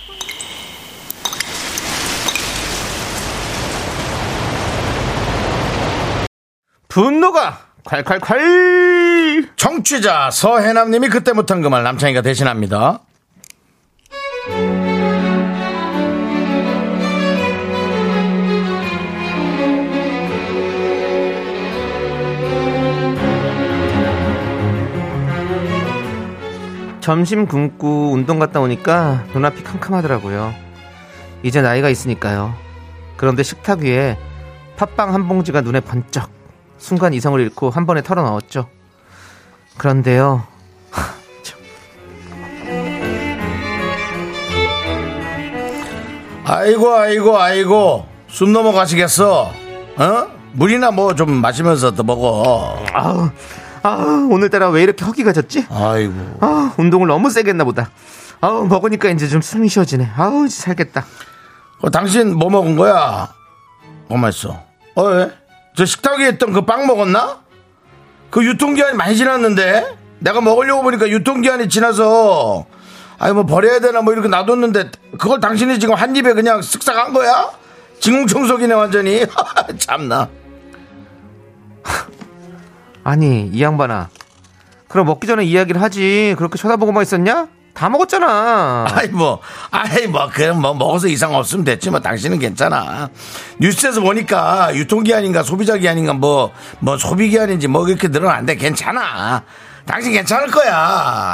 Speaker 3: 분노가 콸콸콸!
Speaker 1: 정취자 서해남님이 그때 못한 그 말 남창희가 대신합니다.
Speaker 3: 점심 굶고 운동 갔다 오니까 눈앞이 캄캄하더라고요. 이제 나이가 있으니까요. 그런데 식탁 위에 팥빵 한 봉지가 눈에 번쩍 순간 이성을 잃고 한 번에 털어 넣었죠. 그런데요.
Speaker 1: 아이고 아이고 아이고 숨 넘어가시겠어. 어? 물이나 뭐 좀 마시면서 더 먹어.
Speaker 3: 아우, 아우, 오늘따라 왜 이렇게 허기가 졌지?
Speaker 1: 아이고
Speaker 3: 아우, 운동을 너무 세게 했나 보다. 아우, 먹으니까 이제 좀 숨이 쉬어지네. 아우, 이제 살겠다.
Speaker 1: 어, 당신 뭐 먹은 거야? 가만 있어. 어? 왜? 저 식탁 위에 있던 그 빵 먹었나? 그 유통기한이 많이 지났는데 내가 먹으려고 보니까 유통기한이 지나서 아이 뭐 버려야 되나 뭐 이렇게 놔뒀는데 그걸 당신이 지금 한 입에 그냥 쓱싹 한 거야? 진공청소기네 완전히 참나
Speaker 3: 아니 이 양반아 그럼 먹기 전에 이야기를 하지. 그렇게 쳐다보고만 있었냐? 다 먹었잖아.
Speaker 1: 아이 뭐, 아이 뭐 그냥 뭐 먹어서 이상 없으면 됐지 뭐 당신은 괜찮아. 뉴스에서 보니까 유통기한인가 소비자기한인가 뭐, 뭐 소비기한인지 뭐 이렇게 늘어났는데 괜찮아. 당신 괜찮을 거야.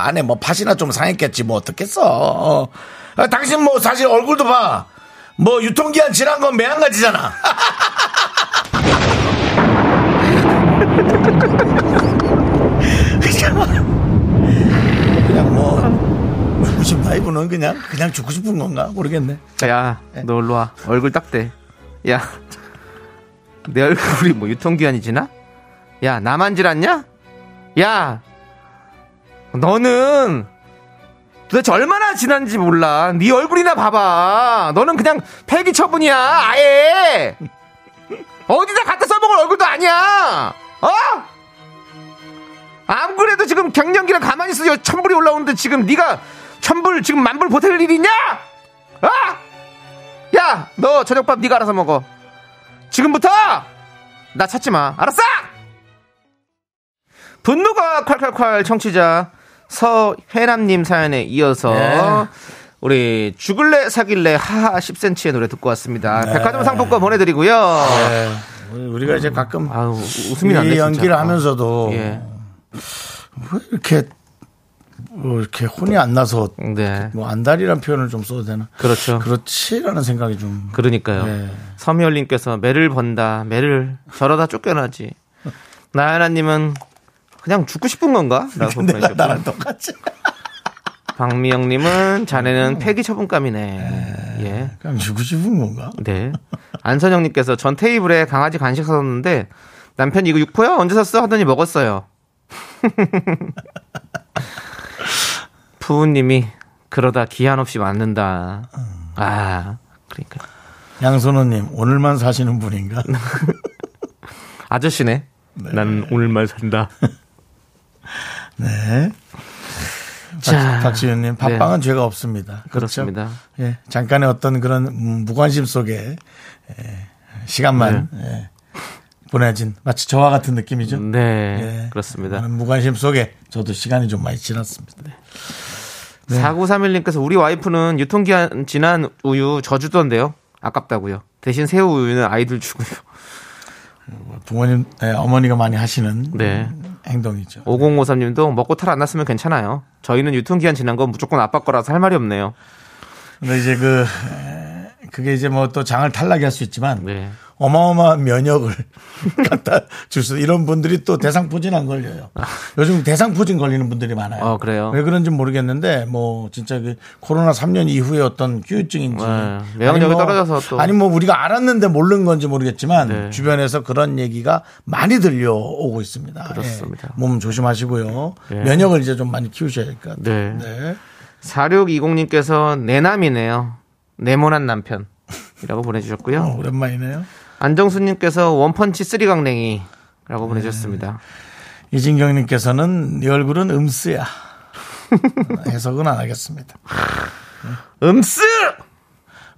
Speaker 1: 안에 뭐 팥이나 좀 상했겠지 뭐 어떻겠어. 어. 아, 당신 뭐 사실 얼굴도 봐. 뭐 유통기한 지난 건 매한가지잖아. 그냥 뭐 죽고 싶나 이분은 그냥 그냥 죽고 싶은 건가 모르겠네.
Speaker 3: 야, 너 얼로 와. 얼굴 딱대. 야, 내 얼굴이 뭐 유통기한이 지나? 야, 나만 질았냐? 야, 너는 도대체 얼마나 지난지 몰라. 네 얼굴이나 봐봐. 너는 그냥 폐기 처분이야. 아예 어디다 갖다 써먹을 얼굴도 아니야. 어? 안 그래도 지금 갱년기랑 가만히 있어도 천불이 올라오는데 지금 네가 천불 지금 만불 보탤 일이 있냐? 아! 야, 너 저녁밥 네가 알아서 먹어. 지금부터 나 찾지 마. 알았어? 분노가 콸콸콸 청취자 서혜남님 사연에 이어서
Speaker 1: 네.
Speaker 3: 우리 죽을래 사귈래 하하 10cm의 노래 듣고 왔습니다. 백화점 상품권 보내드리고요.
Speaker 1: 네. 우리가 이제 가끔
Speaker 3: 아우 웃음이
Speaker 1: 이
Speaker 3: 나네 진짜. 어.
Speaker 1: 연기를 하면서도
Speaker 3: 예.
Speaker 1: 왜 이렇게 뭐 이렇게 혼이 안 나서
Speaker 3: 네.
Speaker 1: 뭐 안달이란 표현을 좀 써도 되나?
Speaker 3: 그렇죠.
Speaker 1: 그렇지라는 생각이 좀.
Speaker 3: 그러니까요.
Speaker 1: 네.
Speaker 3: 서미열님께서 매를 번다, 매를 저러다 쫓겨나지. 나연아님은 그냥 죽고 싶은 건가? 라고
Speaker 1: 내가
Speaker 3: 보내셨고.
Speaker 1: 네, 나랑 똑같지.
Speaker 3: 박미영님은 자네는 폐기 처분감이네. 예.
Speaker 1: 그냥 죽고 싶은 건가?
Speaker 3: 네. 안선영님께서 전 테이블에 강아지 간식 사뒀는데 남편 이거 육포야? 언제 샀어? 하더니 먹었어요. 부모님이 그러다 기한 없이 맞는다.
Speaker 1: 음.
Speaker 3: 아, 그러니까.
Speaker 1: 양선호님 오늘만 사시는 분인가?
Speaker 3: 아저씨네. 난 오늘만 산다.
Speaker 1: 네.
Speaker 3: 자.
Speaker 1: 박지윤님 밥빵은 죄가 없습니다. 그렇죠?
Speaker 3: 네. 그렇습니다.
Speaker 1: 예, 잠깐의 어떤 그런 음, 무관심 속에 예, 시간만 예, 보내진 마치 저와 같은 느낌이죠.
Speaker 3: 네,
Speaker 1: 그렇죠? 예,
Speaker 3: 그렇습니다. 네.
Speaker 1: 많은 무관심 속에 저도 시간이 좀 많이 지났습니다. 네.
Speaker 3: 4931님께서 우리 와이프는 유통기한 지난 우유 저주던데요. 아깝다고요. 대신 새우 우유는 아이들 주고요.
Speaker 1: 네. 부모님, 예, 어머니가 많이 하시는
Speaker 3: 네.
Speaker 1: 행동이죠.
Speaker 3: 5053님도 먹고 탈 안 났으면 괜찮아요. 저희는 유통기한 지난 건 무조건 아빠 거라서 할 말이 없네요.
Speaker 1: 근데 이제 그 에, 그게 이제 뭐 또 장을 탈락이 할 수 있지만
Speaker 3: 네.
Speaker 1: 어마어마한 면역을 갖다 줄 수 이런 분들이 또 대상포진 안 걸려요. 요즘 대상포진 걸리는 분들이 많아요.
Speaker 3: 어, 그래요?
Speaker 1: 왜 그런지 모르겠는데 뭐 진짜 그 코로나 3년 이후에 어떤 후유증인지
Speaker 3: 네,
Speaker 1: 아니
Speaker 3: 면역력이
Speaker 1: 뭐-
Speaker 3: 떨어져서 또.
Speaker 1: 아니 뭐 우리가 알았는데 모르는 건지 모르겠지만
Speaker 3: 네.
Speaker 1: 주변에서 그런 얘기가 많이 들려오고 있습니다.
Speaker 3: 그렇습니다.
Speaker 1: 예, 몸 조심하시고요.
Speaker 3: 네.
Speaker 1: 면역을 이제 좀 많이 키우셔야 될 것 같아요.
Speaker 3: 네.
Speaker 1: 네.
Speaker 3: 4620님께서 내남이네요. 네모난 남편. 이라고
Speaker 1: 어,
Speaker 3: 보내주셨고요.
Speaker 1: 오랜만이네요.
Speaker 3: 안정수님께서 원펀치 쓰리강냉이. 라고 보내주셨습니다.
Speaker 1: 이진경님께서는 네 얼굴은 음쓰야. 해석은 안 하겠습니다.
Speaker 3: 음쓰!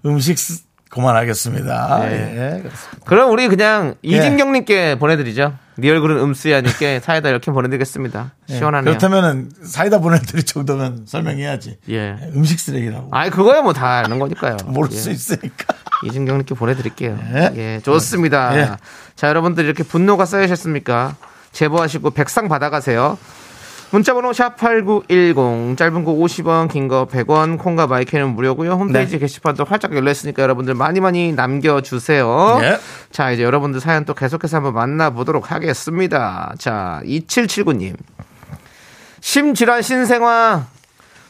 Speaker 1: 음식 쓰- 그만하겠습니다.
Speaker 3: 네.
Speaker 1: 예, 그렇습니다.
Speaker 3: 그럼 우리 그냥
Speaker 1: 예.
Speaker 3: 이진경님께 보내드리죠. 네 얼굴은 음쓰야님께 사이다 이렇게 보내드리겠습니다.
Speaker 1: 예,
Speaker 3: 시원하네요.
Speaker 1: 그렇다면은 사이다 보내드릴 정도면 설명해야지.
Speaker 3: 예.
Speaker 1: 예, 음식 쓰레기라고.
Speaker 3: 아이 그거야 뭐 다 아는 거니까요.
Speaker 1: 모를
Speaker 3: 예.
Speaker 1: 수 있으니까.
Speaker 3: 이진경님께 보내드릴게요.
Speaker 1: 예.
Speaker 3: 예, 좋습니다.
Speaker 1: 예.
Speaker 3: 자, 여러분들 이렇게 분노가 쌓이셨습니까? 제보하시고 백상 받아가세요. 문자번호 샵8910 짧은 거 50원 긴 거 100원 콩과 마이크는 무료고요 홈페이지
Speaker 1: 네.
Speaker 3: 게시판도 활짝 열려있으니까 여러분들 많이 많이 남겨주세요
Speaker 1: 예.
Speaker 3: 자 이제 여러분들 사연 또 계속해서 한번 만나보도록 하겠습니다 자 2779님 심질환 신생아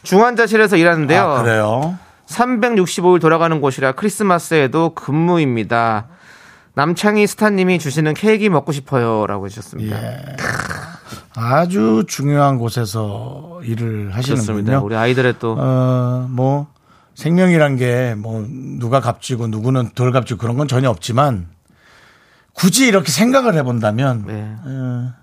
Speaker 3: 중환자실에서 일하는데요
Speaker 1: 아, 그래요.
Speaker 3: 365일 돌아가는 곳이라 크리스마스에도 근무입니다. 남창희 스타님이 주시는 케이크 먹고 싶어요라고 해주셨습니다.
Speaker 1: 예, 아주 중요한 곳에서 일을
Speaker 3: 그렇습니다.
Speaker 1: 하시는군요.
Speaker 3: 우리 아이들의 또
Speaker 1: 어, 뭐 생명이란 게 뭐 누가 값지고 누구는 덜 값지고 그런 건 전혀 없지만 굳이 이렇게 생각을 해본다면
Speaker 3: 네.
Speaker 1: 어,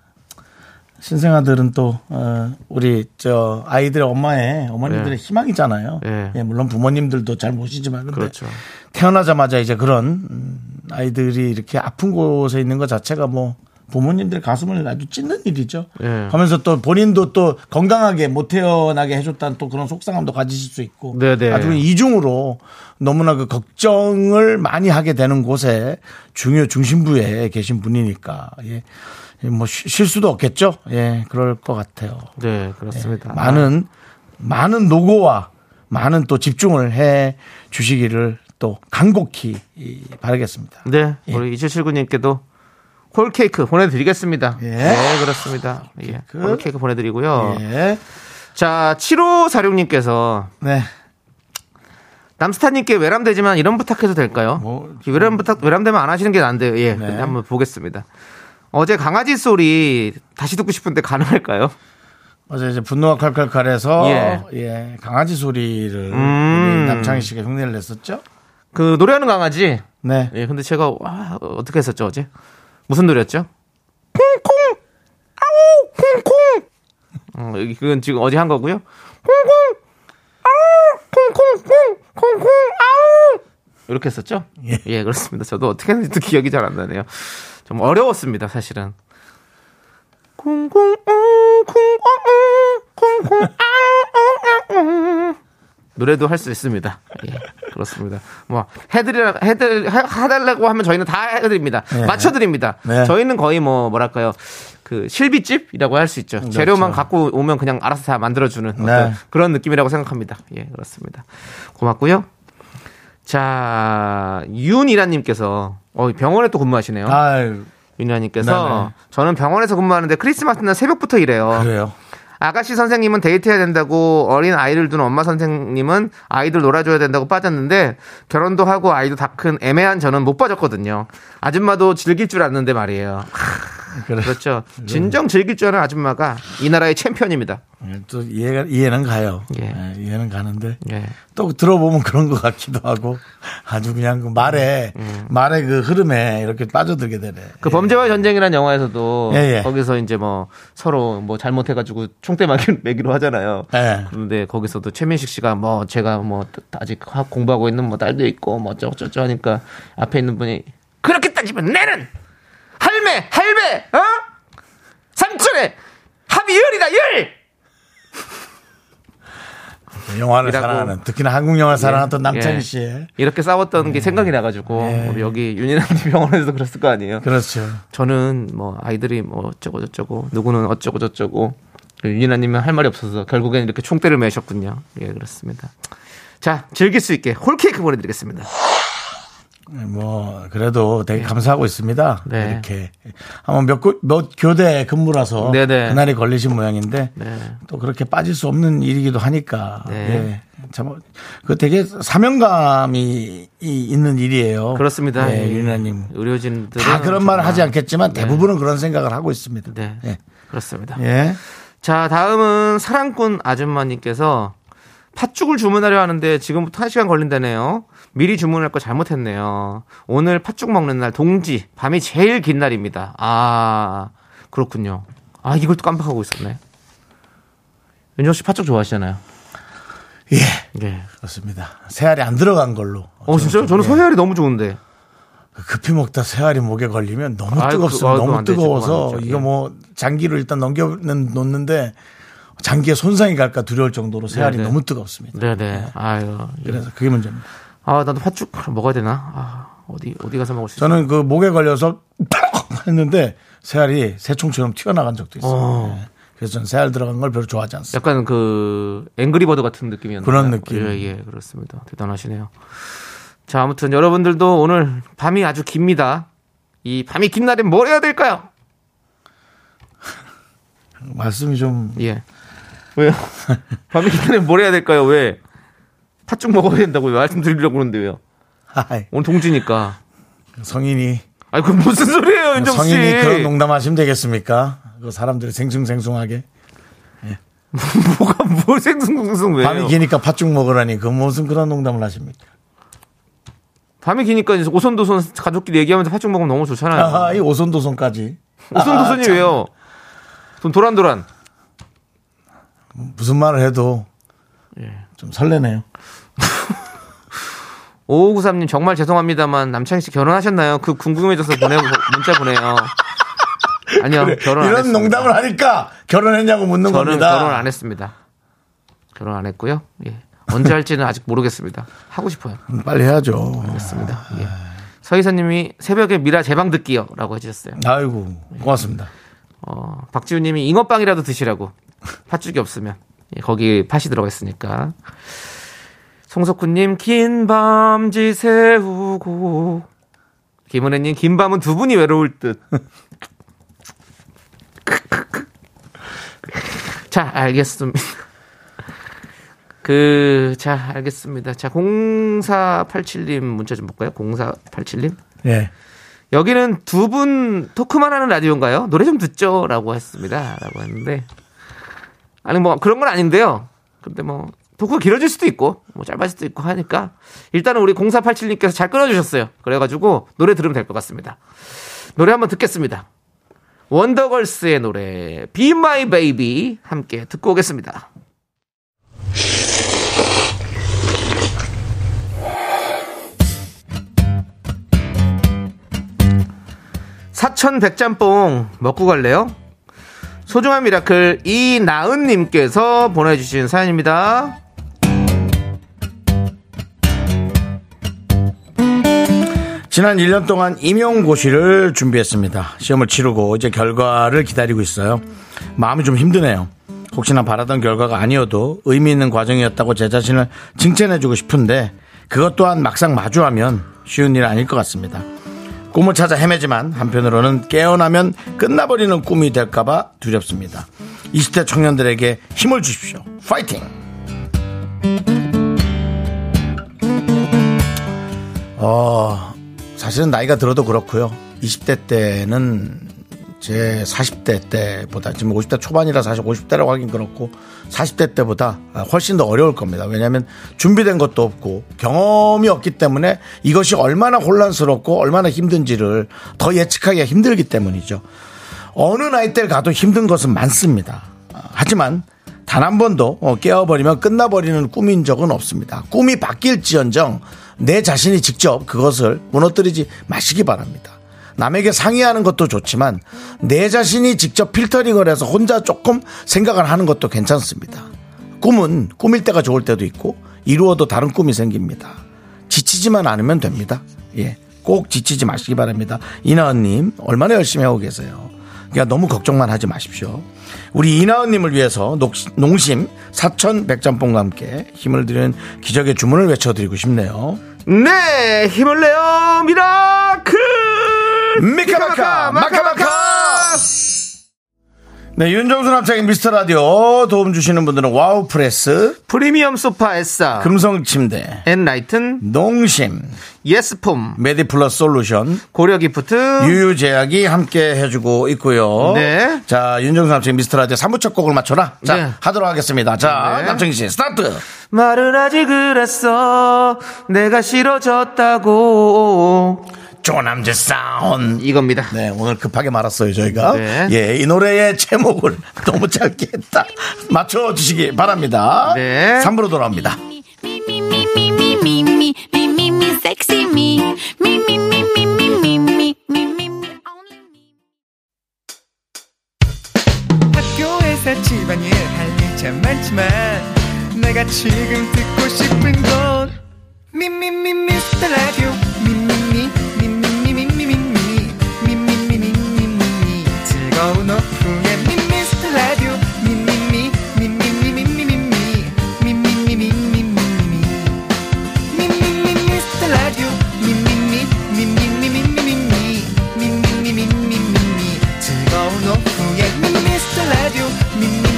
Speaker 1: 신생아들은 또 어, 우리 저 아이들의 엄마의 어머님들의
Speaker 3: 네.
Speaker 1: 희망이잖아요.
Speaker 3: 네.
Speaker 1: 예, 물론 부모님들도 잘 모시지만 근데
Speaker 3: 그렇죠.
Speaker 1: 태어나자마자 이제 그런 음, 아이들이 이렇게 아픈 곳에 있는 것 자체가 뭐 부모님들 가슴을 아주 찢는 일이죠.
Speaker 3: 예.
Speaker 1: 하면서 또 본인도 또 건강하게 못 태어나게 해줬다는 또 그런 속상함도 가지실 수 있고
Speaker 3: 네네.
Speaker 1: 아주 그냥 이중으로 너무나 그 걱정을 많이 하게 되는 곳에 중요 중심부에 계신 분이니까 예. 뭐 시- 실수도 없겠죠. 예, 그럴 것 같아요.
Speaker 3: 네, 그렇습니다.
Speaker 1: 예, 많은 많은 노고와 많은 또 집중을 해 주시기를 또 간곡히 이- 바라겠습니다.
Speaker 3: 네, 우리 2779님께도 홀케이크 보내드리겠습니다.
Speaker 1: 예.
Speaker 3: 네, 그렇습니다. 예, 홀케이크 보내드리고요.
Speaker 1: 예.
Speaker 3: 자, 7546님께서
Speaker 1: 네.
Speaker 3: 남스타님께 외람되지만 이런 부탁해도 될까요?
Speaker 1: 뭐, 네.
Speaker 3: 외람 부탁 외람되면 안 하시는 게 난데요. 예, 근데 한번 보겠습니다. 어제 강아지 소리 다시 듣고 싶은데 가능할까요?
Speaker 1: 어제 이제 분노가 칼칼칼해서
Speaker 3: 예.
Speaker 1: 예. 강아지 소리를
Speaker 3: 음.
Speaker 1: 우리 남창희 씨가 흉내를 냈었죠.
Speaker 3: 그 노래하는 강아지.
Speaker 1: 네.
Speaker 3: 예, 근데 제가 와, 어, 어떻게 했었죠 어제? 무슨 노래였죠? 콩콩 아우 콩콩. 어, 여기 그건 지금 어제 한 거고요. 콩콩 아우 콩콩콩 콩콩 아우 이렇게 했었죠? 예. 그렇습니다. 저도 어떻게 했는지도 기억이 잘 안 나네요. 좀 어려웠습니다 사실은. 콩콩 어, 콩 어, 어, 콩콩 아우 어, 어, 어. 노래도 할 수 있습니다. 예, 그렇습니다. 뭐 해드리라 해드 해달라고 하면 저희는 다 해드립니다. 맞춰드립니다.
Speaker 1: 네.
Speaker 3: 저희는 거의 뭐 뭐랄까요 그 실비집이라고 할 수 있죠. 재료만 갖고 오면 그냥 알아서 다 만들어주는
Speaker 1: 네.
Speaker 3: 어떤 그런 느낌이라고 생각합니다. 예, 그렇습니다. 고맙고요. 자 윤이라님께서 어, 병원에 또 근무하시네요.
Speaker 1: 아유,
Speaker 3: 윤이라님께서
Speaker 1: 네네.
Speaker 3: 저는 병원에서 근무하는데 크리스마스 날 새벽부터 일해요.
Speaker 1: 그래요.
Speaker 3: 아가씨 선생님은 데이트해야 된다고 어린 아이를 둔 엄마 선생님은 아이들 놀아줘야 된다고 빠졌는데 결혼도 하고 아이도 다 큰 애매한 저는 못 빠졌거든요. 아줌마도 즐길 줄 아는데 말이에요.
Speaker 1: 그래.
Speaker 3: 그렇죠. 진정 즐길 줄 아는 아줌마가 이 나라의 챔피언입니다.
Speaker 1: 예, 또 이해가 이해는 가요.
Speaker 3: 예.
Speaker 1: 예, 이해는 가는데
Speaker 3: 예.
Speaker 1: 또 들어보면 그런 것 같기도 하고 아주 그냥 그 말에 말의 그 흐름에 이렇게 빠져들게 되네.
Speaker 3: 음. 그 범죄와의 전쟁이라는 영화에서도
Speaker 1: 예, 예.
Speaker 3: 거기서 이제 뭐 서로 뭐 잘못해가지고 총대 맞기- 매기로 하잖아요.
Speaker 1: 예.
Speaker 3: 그런데 거기서도 최민식 씨가 뭐 제가 뭐 아직 학- 공부하고 있는 뭐 딸도 있고 뭐 어쩌고저쩌고 하니까 앞에 있는 분이 그렇게 따지면 내는 할매 할배 어 삼촌의 합이 열이다 열
Speaker 1: 영화를
Speaker 3: 이라고.
Speaker 1: 사랑하는 특히나 한국 영화 를 사랑하던
Speaker 3: 예.
Speaker 1: 남창희 씨의 예.
Speaker 3: 이렇게 싸웠던 게 생각이 나가지고 우리 여기 윤희남님 병원에서 그랬을 거 아니에요.
Speaker 1: 그렇죠.
Speaker 3: 저는 뭐 아이들이 뭐 어쩌고 저쩌고 누구는 어쩌고 저쩌고 윤희나님은 할 말이 없어서 결국엔 이렇게 총대를 매셨군요. 예 그렇습니다. 자 즐길 수 있게 홀케이크 보내드리겠습니다.
Speaker 1: 뭐 그래도 되게 감사하고 있습니다.
Speaker 3: 네.
Speaker 1: 이렇게 한번 몇, 고- 몇 교대 근무라서
Speaker 3: 네네.
Speaker 1: 그날이 걸리신 모양인데
Speaker 3: 네.
Speaker 1: 또 그렇게 빠질 수 없는 일이기도 하니까
Speaker 3: 네.
Speaker 1: 예. 참그 되게 사명감이 이- 있는 일이에요.
Speaker 3: 그렇습니다.
Speaker 1: 예,
Speaker 3: 예.
Speaker 1: 윤아님
Speaker 3: 의료진들
Speaker 1: 다 그런 말을 하지 않겠지만 대부분은 그런 생각을 하고 있습니다.
Speaker 3: 네.
Speaker 1: 예.
Speaker 3: 그렇습니다.
Speaker 1: 예.
Speaker 3: 자, 다음은 사랑꾼 아줌마님께서 팥죽을 주문하려 하는데 지금부터 1시간 걸린다네요. 미리 주문할 거 잘못했네요. 오늘 팥죽 먹는 날 동지 밤이 제일 긴 날입니다. 아, 그렇군요. 아, 이걸 또 깜빡하고 있었네. 윤정 씨 팥죽 좋아하시잖아요.
Speaker 1: 예.
Speaker 3: 예.
Speaker 1: 그렇습니다. 새알이 안 들어간 걸로.
Speaker 3: 어, 진짜요? 저는 서해알이 너무 좋은데.
Speaker 1: 그 급히 먹다 새알이 목에 걸리면 너무
Speaker 3: 아유,
Speaker 1: 뜨겁습니다.
Speaker 3: 그거, 그거
Speaker 1: 너무
Speaker 3: 안 되죠,
Speaker 1: 뜨거워서
Speaker 3: 그거 안 되죠.
Speaker 1: 이거
Speaker 3: 예.
Speaker 1: 뭐 장기로 일단 넘겨 놓는데 장기에 손상이 갈까 두려울 정도로 새알이
Speaker 3: 네, 네.
Speaker 1: 너무 뜨겁습니다.
Speaker 3: 네네. 아유.
Speaker 1: 그래서 그게 문제입니다.
Speaker 3: 아, 나도 팥죽 먹어야 되나? 아, 어디, 어디 가서 먹을 수 있어?
Speaker 1: 저는 그 목에 걸려서 팍 했는데 새알이 새총처럼 튀어나간 적도 있어요.
Speaker 3: 어.
Speaker 1: 예. 그래서 저는 새알 들어간 걸 별로 좋아하지 않습니다.
Speaker 3: 약간 그 앵그리버드 같은 느낌이었나요?
Speaker 1: 그런 느낌.
Speaker 3: 예, 예, 그렇습니다. 대단하시네요. 자, 아무튼 여러분들도 오늘 밤이 아주 깁니다. 이 밤이 긴 날엔 뭘 해야 될까요?
Speaker 1: 말씀이 좀
Speaker 3: 예. 왜요? 밤이 긴 날엔 뭘 해야 될까요? 왜? 팥죽 먹어야 된다고 말씀드리려고 그러는데 왜요?
Speaker 1: 하이,
Speaker 3: 오늘 동지니까.
Speaker 1: 성인이
Speaker 3: 아니, 그 무슨 소리예요, 윤정 씨?
Speaker 1: 성인이 그런 농담하시면 되겠습니까? 그 사람들이 생숭생숭하게
Speaker 3: 뭐가 뭘 생숭생숭 왜요?
Speaker 1: 밤이 기니까 팥죽 먹으라니 그 무슨 그런 농담을 하십니까?
Speaker 3: 밤이 기니까 이제 오손도손 가족끼리 얘기하면서 팥죽 먹으면 너무 좋잖아요.
Speaker 1: 아하, 이 오손도손까지
Speaker 3: 오손도손이 왜요? 좀 도란도란.
Speaker 1: 무슨 말을 해도
Speaker 3: 예.
Speaker 1: 좀 설레네요.
Speaker 3: 5593님 정말 죄송합니다만 남창희 씨 결혼하셨나요? 그 궁금해져서 보내 문자 보내요. 아니요. 결혼 안
Speaker 1: 이런
Speaker 3: 했습니다.
Speaker 1: 농담을 하니까 결혼했냐고 묻는
Speaker 3: 저는
Speaker 1: 겁니다.
Speaker 3: 결혼 안 했습니다. 결혼 안 했고요. 예. 언제 할지는 아직 모르겠습니다. 하고 싶어요.
Speaker 1: 빨리 해야죠.
Speaker 3: 그렇습니다. 예. 서희사님이 새벽에 미라 재방 듣기요라고 해주셨어요.
Speaker 1: 아이고 고맙습니다.
Speaker 3: 어, 박지훈님이 잉어빵이라도 드시라고 팥죽이 없으면 예, 거기 팥이 들어가 있으니까. 송석훈님 긴밤 지새우고 김은혜님 긴밤은 두 분이 외로울 듯. 자 알겠습니다. 그 자 알겠습니다. 자 0487님 문자 좀 볼까요? 0487님
Speaker 1: 예.
Speaker 3: 여기는 두 분 토크만 하는 라디오인가요? 노래 좀 듣죠? 라고 했습니다. 라고 했는데. 아니, 뭐, 그런 건 아닌데요. 근데 뭐, 토크가 길어질 수도 있고, 뭐, 짧아질 수도 있고 하니까, 일단은 우리 0487님께서 잘 끊어주셨어요. 그래가지고, 노래 들으면 될 것 같습니다. 노래 한번 듣겠습니다. 원더걸스의 노래, Be My Baby, 함께 듣고 오겠습니다. 사천 백짬뽕 먹고 갈래요? 소중한 미라클 이나은님께서 보내주신 사연입니다.
Speaker 1: 지난 1년 동안 임용고시를 준비했습니다. 시험을 치르고 이제 결과를 기다리고 있어요. 마음이 좀 힘드네요. 혹시나 바라던 결과가 아니어도 의미 있는 과정이었다고 제 자신을 칭찬해주고 싶은데 그것 또한 막상 마주하면 쉬운 일 아닐 것 같습니다. 꿈을 찾아 헤매지만 한편으로는 깨어나면 끝나버리는 꿈이 될까봐 두렵습니다. 20대 청년들에게 힘을 주십시오. 파이팅! 어, 사실은 나이가 들어도 그렇고요. 20대 때는 제 40대 때보다 지금 50대 초반이라 사실 50대라고 하긴 그렇고 40대 때보다 훨씬 더 어려울 겁니다. 왜냐하면 준비된 것도 없고 경험이 없기 때문에 이것이 얼마나 혼란스럽고 얼마나 힘든지를 더 예측하기가 힘들기 때문이죠. 어느 나이 때를 가도 힘든 것은 많습니다. 아, 하지만 단 한 번도 어, 깨어버리면 끝나버리는 꿈인 적은 없습니다. 꿈이 바뀔지언정 내 자신이 직접 그것을 무너뜨리지 마시기 바랍니다. 남에게 상의하는 것도 좋지만 내 자신이 직접 필터링을 해서 혼자 조금 생각을 하는 것도 괜찮습니다. 꿈은 꾸밀 때가 좋을 때도 있고 이루어도 다른 꿈이 생깁니다. 지치지만 않으면 됩니다. 예. 꼭 지치지 마시기 바랍니다. 이나은님, 얼마나 열심히 하고 계세요. 그러니까 너무 걱정만 하지 마십시오. 우리 이나은님을 위해서 녹- 농심 사천 백짬뽕과 함께 힘을 드리는 기적의 주문을 외쳐드리고 싶네요.
Speaker 3: 네! 힘을 내요! 미라클!
Speaker 1: 미카마카 마카마카 네 윤정수 남창의 미스터라디오 도움 주시는 분들은 와우프레스
Speaker 3: 프리미엄 소파 에싸.
Speaker 1: 금성침대
Speaker 3: 엔라이튼.
Speaker 1: 농심
Speaker 3: 예스폼.
Speaker 1: 메디플러스 솔루션
Speaker 3: 고려 기프트.
Speaker 1: 유유제약이 함께 해주고 있고요
Speaker 3: 그렇죠. 네.
Speaker 1: 자 윤정수 남창의 미스터라디오 3부 첫 곡을 맞춰라 자
Speaker 3: 네.
Speaker 1: 하도록 하겠습니다 자
Speaker 3: 네.
Speaker 1: 남창희씨 스타트
Speaker 3: 말을 아직 그랬어. 내가 싫어졌다고.
Speaker 1: 조남재 사운
Speaker 3: 이겁니다.
Speaker 1: 네, 오늘 급하게 말았어요, 저희가.
Speaker 3: 네.
Speaker 1: 예, 이 노래의 제목을 너무 짧게 했다. 맞춰주시기 바랍니다.
Speaker 3: 네.
Speaker 1: 3부로 돌아옵니다.
Speaker 4: Me, me, me, me, me, me, me, me, me, me, sexy me. Me, me, me, me, me, me, me, me, me, me, only me.
Speaker 2: 학교에서 집안일 할 일 참 많지만 내가 지금 듣고 싶은 건 미미미 미스터 라디오 미미미 미미미미미미 미미미미미미 즐거운 오후에 미스터 라디오 미미미 미미미미미미 미미미미미미 미미미 미스터 라디오 미미미 미미미미미미 미미미미미미 즐거운 오후에 미스터 라디오 미미미 미미미미미미 미미미미미미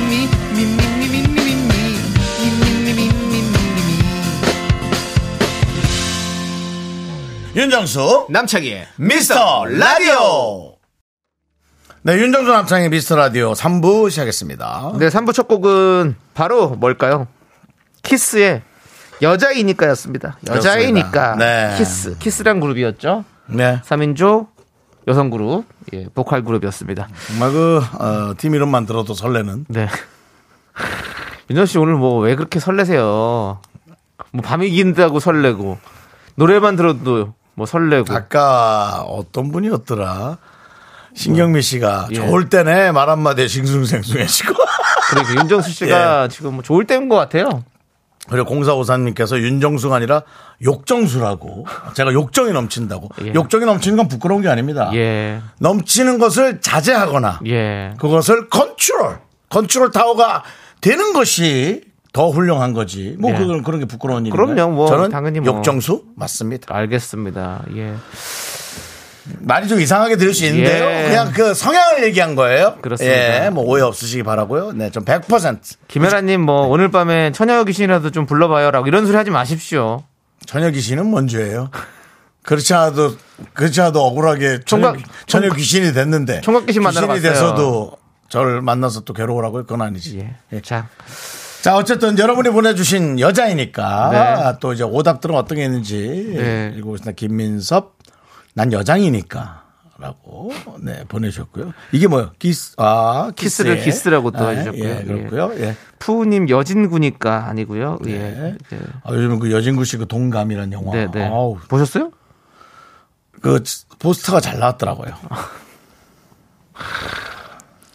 Speaker 1: 윤정수, 남창희의 미스터 라디오! 네, 윤정수 남창희 미스터 라디오 3부 시작했습니다.
Speaker 3: 네, 3부 첫 곡은 바로 뭘까요? 키스의 여자이니까였습니다. 여자이니까
Speaker 1: 그렇습니다. 네.
Speaker 3: 키스. 키스란 그룹이었죠.
Speaker 1: 네.
Speaker 3: 3인조 여성 그룹, 예, 보컬 그룹이었습니다.
Speaker 1: 정말 그, 어, 팀 이름만 들어도 설레는.
Speaker 3: 네. 윤정 씨 오늘 뭐 왜 그렇게 설레세요? 뭐 밤이 긴다고 설레고
Speaker 1: 네.
Speaker 3: 노래만 들어도 뭐 설레고
Speaker 1: 아까 어떤 분이었더라? 신경미 씨가
Speaker 3: 예. 네.
Speaker 1: 좋을 때네 말 한마디에 싱숭생숭해지고
Speaker 3: 그리고 윤정수 씨가 지금 뭐 좋을 때인 것 같아요.
Speaker 1: 그리고 공사오사님께서 윤정수가 아니라 욕정수라고 제가 욕정이 넘친다고
Speaker 3: 예.
Speaker 1: 욕정이 넘치는 건 부끄러운 게 아닙니다
Speaker 3: 예,
Speaker 1: 넘치는 것을 자제하거나
Speaker 3: 예.
Speaker 1: 그것을 컨트롤 컨트롤 타워가 되는 것이 더 훌륭한 거지 뭐
Speaker 3: 예.
Speaker 1: 그건 그런 게 부끄러운 일인가요?
Speaker 3: 그럼요, 뭐
Speaker 1: 저는
Speaker 3: 당연히 뭐.
Speaker 1: 욕정수 맞습니다
Speaker 3: 알겠습니다. 예,
Speaker 1: 말이 좀 이상하게 들을 수 있는데요
Speaker 3: 예.
Speaker 1: 그냥 그 성향을 얘기한 거예요
Speaker 3: 그렇습니다.
Speaker 1: 예, 뭐 오해 없으시기 바라고요 네좀100%
Speaker 3: 김혜라님 뭐 오늘 밤에 처녀 귀신이라도 좀 불러봐요라고 이런 소리 하지 마십시오.
Speaker 1: 저녁 귀신은 뭔 죄예요? 그렇지 않아도 그렇지 않아도 억울하게
Speaker 3: 총각-
Speaker 1: 저녁, 저녁 귀신이 됐는데
Speaker 3: 총각 귀신 만나러
Speaker 1: 귀신이
Speaker 3: 갔어요.
Speaker 1: 돼서도 저를 만나서 또 괴로우라고요? 그건 아니지.
Speaker 3: 예,
Speaker 1: 예.
Speaker 3: 자,
Speaker 1: 자 어쨌든 여러분이 보내주신 여자이니까
Speaker 3: 네.
Speaker 1: 또 이제 오답들은 어떤 게 있는지
Speaker 3: 네.
Speaker 1: 읽어보겠습니다. 김민섭 난 여장이니까라고 네 보내주셨고요. 이게 뭐요? 키스 아
Speaker 3: 키스를
Speaker 1: 키스에.
Speaker 3: 키스라고 또
Speaker 1: 아,
Speaker 3: 해주셨고요.
Speaker 1: 예, 그렇고요. 예.
Speaker 3: 푸우님 여진구니까 아니고요.
Speaker 1: 네.
Speaker 3: 예, 예.
Speaker 1: 아, 요즘 그 여진구 씨 그 동감이라는 영화.
Speaker 3: 네, 네.
Speaker 1: 아우
Speaker 3: 보셨어요?
Speaker 1: 그 포스터가 잘 나왔더라고요.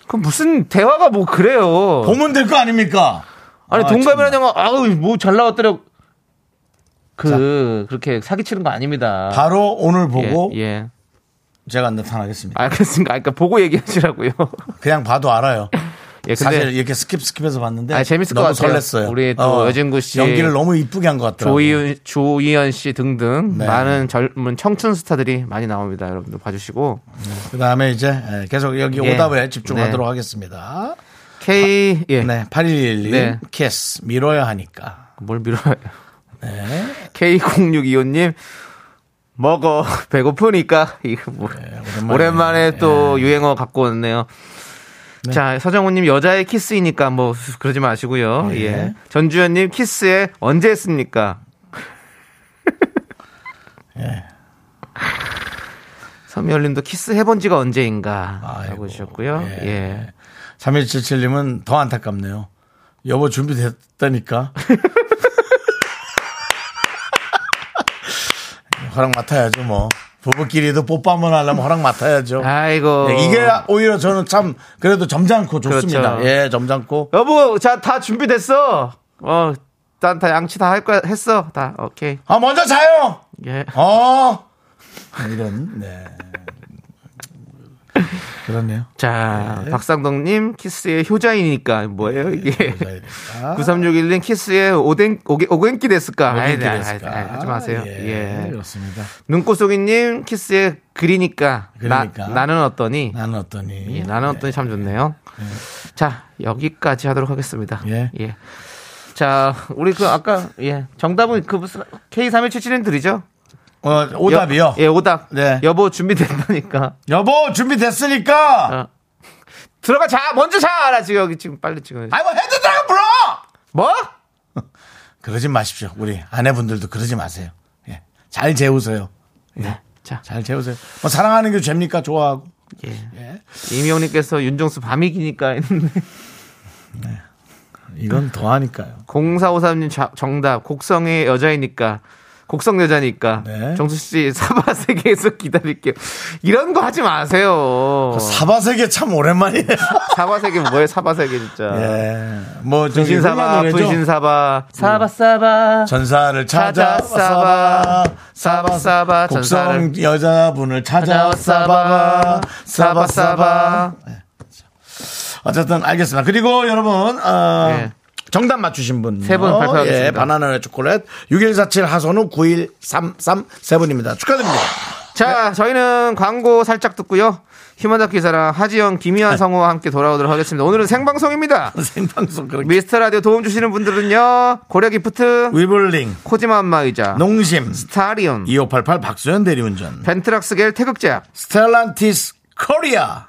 Speaker 3: 그 무슨 대화가 뭐 그래요.
Speaker 1: 보면 될 거 아닙니까?
Speaker 3: 아니
Speaker 1: 아,
Speaker 3: 동갑이라는 영화 아우 뭐 잘 나왔더라. 그 그렇게 사기치는 거 아닙니다.
Speaker 1: 바로 오늘 보고
Speaker 3: 예, 예.
Speaker 1: 제가 나타나겠습니다.
Speaker 3: 알겠습니다. 아, 그러니까 보고 얘기하시라고요.
Speaker 1: 그냥 봐도 알아요.
Speaker 3: 예, 근데
Speaker 1: 사실 이렇게 스킵 스킵해서 봤는데
Speaker 3: 아니, 재밌을
Speaker 1: 너무
Speaker 3: 것 같아요.
Speaker 1: 설렜어요.
Speaker 3: 우리 또 여진구 씨.
Speaker 1: 연기를 너무 이쁘게 한 것 같더라고요.
Speaker 3: 조이은 조이현 씨 등등
Speaker 1: 네.
Speaker 3: 많은 젊은 청춘 스타들이 많이 나옵니다. 여러분들 봐주시고
Speaker 1: 그다음에 이제 예, 계속 여기
Speaker 3: 예.
Speaker 1: 오답에 집중하도록
Speaker 3: 네.
Speaker 1: 하겠습니다.
Speaker 3: K 예.
Speaker 1: 네, 8111
Speaker 3: 네.
Speaker 1: 키스 밀어야 하니까.
Speaker 3: 뭘 밀어요?
Speaker 1: 네.
Speaker 3: K0625님 먹어 배고프니까 이거 뭐
Speaker 1: 네, 오랜만에.
Speaker 3: 오랜만에,
Speaker 1: 네.
Speaker 3: 또 유행어 갖고 왔네요. 자 서정훈님 여자의 키스이니까 뭐 그러지 마시고요.
Speaker 1: 네.
Speaker 3: 예. 전주현님 키스에 언제 했습니까?
Speaker 1: 예.
Speaker 3: 서미열님도 키스 해본 지가 언제인가
Speaker 1: 아이고,
Speaker 3: 라고 해주셨고요.
Speaker 1: 예.
Speaker 3: 예.
Speaker 1: 3177님은 더 안타깝네요. 여보 준비됐다니까. 허락 맡아야죠 뭐. 부부끼리도 뽀뽀 한번 하려면 허락 맡아야죠.
Speaker 3: 아이고.
Speaker 1: 네, 이게 오히려 저는 참 그래도 점잖고 좋습니다.
Speaker 3: 그렇죠.
Speaker 1: 예, 점잖고.
Speaker 3: 여보, 자, 다 준비됐어. 어, 난 다 양치 다 할 거야. 했어. 다, 오케이.
Speaker 1: 아, 먼저 자요!
Speaker 3: 예.
Speaker 1: 어! 이런, 네. 그렇네요. 네,
Speaker 3: 자, 박상동님, 키스의 효자이니까. 뭐예요, 이게?
Speaker 1: 여자이니까.
Speaker 3: 아, 9361님, 키스의 오뎅, 오게, 오갱기 됐을까? 아이,
Speaker 1: 어딘
Speaker 3: 아이,
Speaker 1: 길에있을까?
Speaker 3: 아이, 아이, 하지 마세요.
Speaker 1: 네. 예.
Speaker 3: 예.
Speaker 1: 그렇습니다.
Speaker 3: 눈꽃송이님, 키스의 그리니까.
Speaker 1: 그러니까.
Speaker 3: 나, 는 어떠니?
Speaker 1: 나는 어떠니?
Speaker 3: 예, 나는 어떠니 참 좋네요. 자, 여기까지 하도록 하겠습니다.
Speaker 1: 예.
Speaker 3: 자, 우리 그 아까, 예. 정답은 그 무슨 K3177님들이죠?
Speaker 1: 어, 오답이요.
Speaker 3: 여- 예, 오답.
Speaker 1: 네.
Speaker 3: 여보 준비된다니까.
Speaker 1: 여보 준비됐으니까
Speaker 3: 어. 들어가 자. 먼저 자. 알아 지금 여기 지금 빨리 지금.
Speaker 1: 아이 뭐 헤드 드라이브 불어
Speaker 3: 뭐?
Speaker 1: 그러지 마십시오 우리 아내분들도 그러지 마세요 예. 잘 재우세요 예.
Speaker 3: 네. 자.
Speaker 1: 잘 재우세요 뭐 사랑하는 게 죄입니까 좋아하고
Speaker 3: 예. 이미영님께서 윤정수 밤이 기니까 했는데.
Speaker 1: 이건 더하니까요
Speaker 3: 0453님 자- 정답. 곡성의 여자이니까. 곡성 여자니까.
Speaker 1: 네.
Speaker 3: 정수 씨 사바 세계에서 기다릴게요. 이런 거 하지 마세요.
Speaker 1: 그 사바세계 참 오랜만이에요
Speaker 3: 사바 세계 뭐예요? 사바 세계 진짜.
Speaker 1: 예뭐 저기
Speaker 3: 어. 분신사바,
Speaker 1: 흥얼 노래죠?
Speaker 3: 분신사바. 사바 사바.
Speaker 1: 전사를 찾아
Speaker 3: 찾아 사바.
Speaker 1: 사바
Speaker 3: 사바 사바.
Speaker 1: 곡성
Speaker 3: 전사를
Speaker 1: 여자분을 찾아
Speaker 3: 찾아
Speaker 1: 사바
Speaker 3: 사바.
Speaker 1: 사바
Speaker 3: 사바
Speaker 1: 사바
Speaker 3: 사바.
Speaker 1: 어쨌든 알겠습니다. 그리고 여러분 어,
Speaker 3: 예.
Speaker 1: 정답 맞추신 분.
Speaker 3: 세분 발표하겠습니다.
Speaker 1: 예, 바나나의 초콜릿 6147 하선우 9133 세 분입니다. 축하드립니다.
Speaker 3: 자,
Speaker 6: 네.
Speaker 3: 저희는 광고 살짝 듣고요. 휴먼다큐 사랑 하지영,
Speaker 6: 네.
Speaker 3: 김희한 성우와 함께 돌아오도록 하겠습니다. 오늘은 생방송입니다.
Speaker 1: 생방송 그렇게.
Speaker 3: 미스터 라디오 도움 주시는 분들은요. 고려 기프트,
Speaker 1: 네.
Speaker 6: 네.
Speaker 1: 위블링,
Speaker 3: 코지마 안마의자,
Speaker 1: 농심,
Speaker 3: 스타리온,
Speaker 1: 2588 박수현 대리운전,
Speaker 3: 벤트락스겔 태극제약,
Speaker 1: 스텔란티스 코리아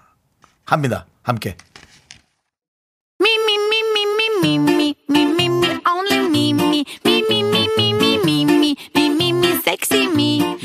Speaker 1: 합니다. 함께.
Speaker 4: Me, me, me, me, me, me, me, me, me, me, only me, me, me, me, me, me, me, me, me, me, me, me, sexy me.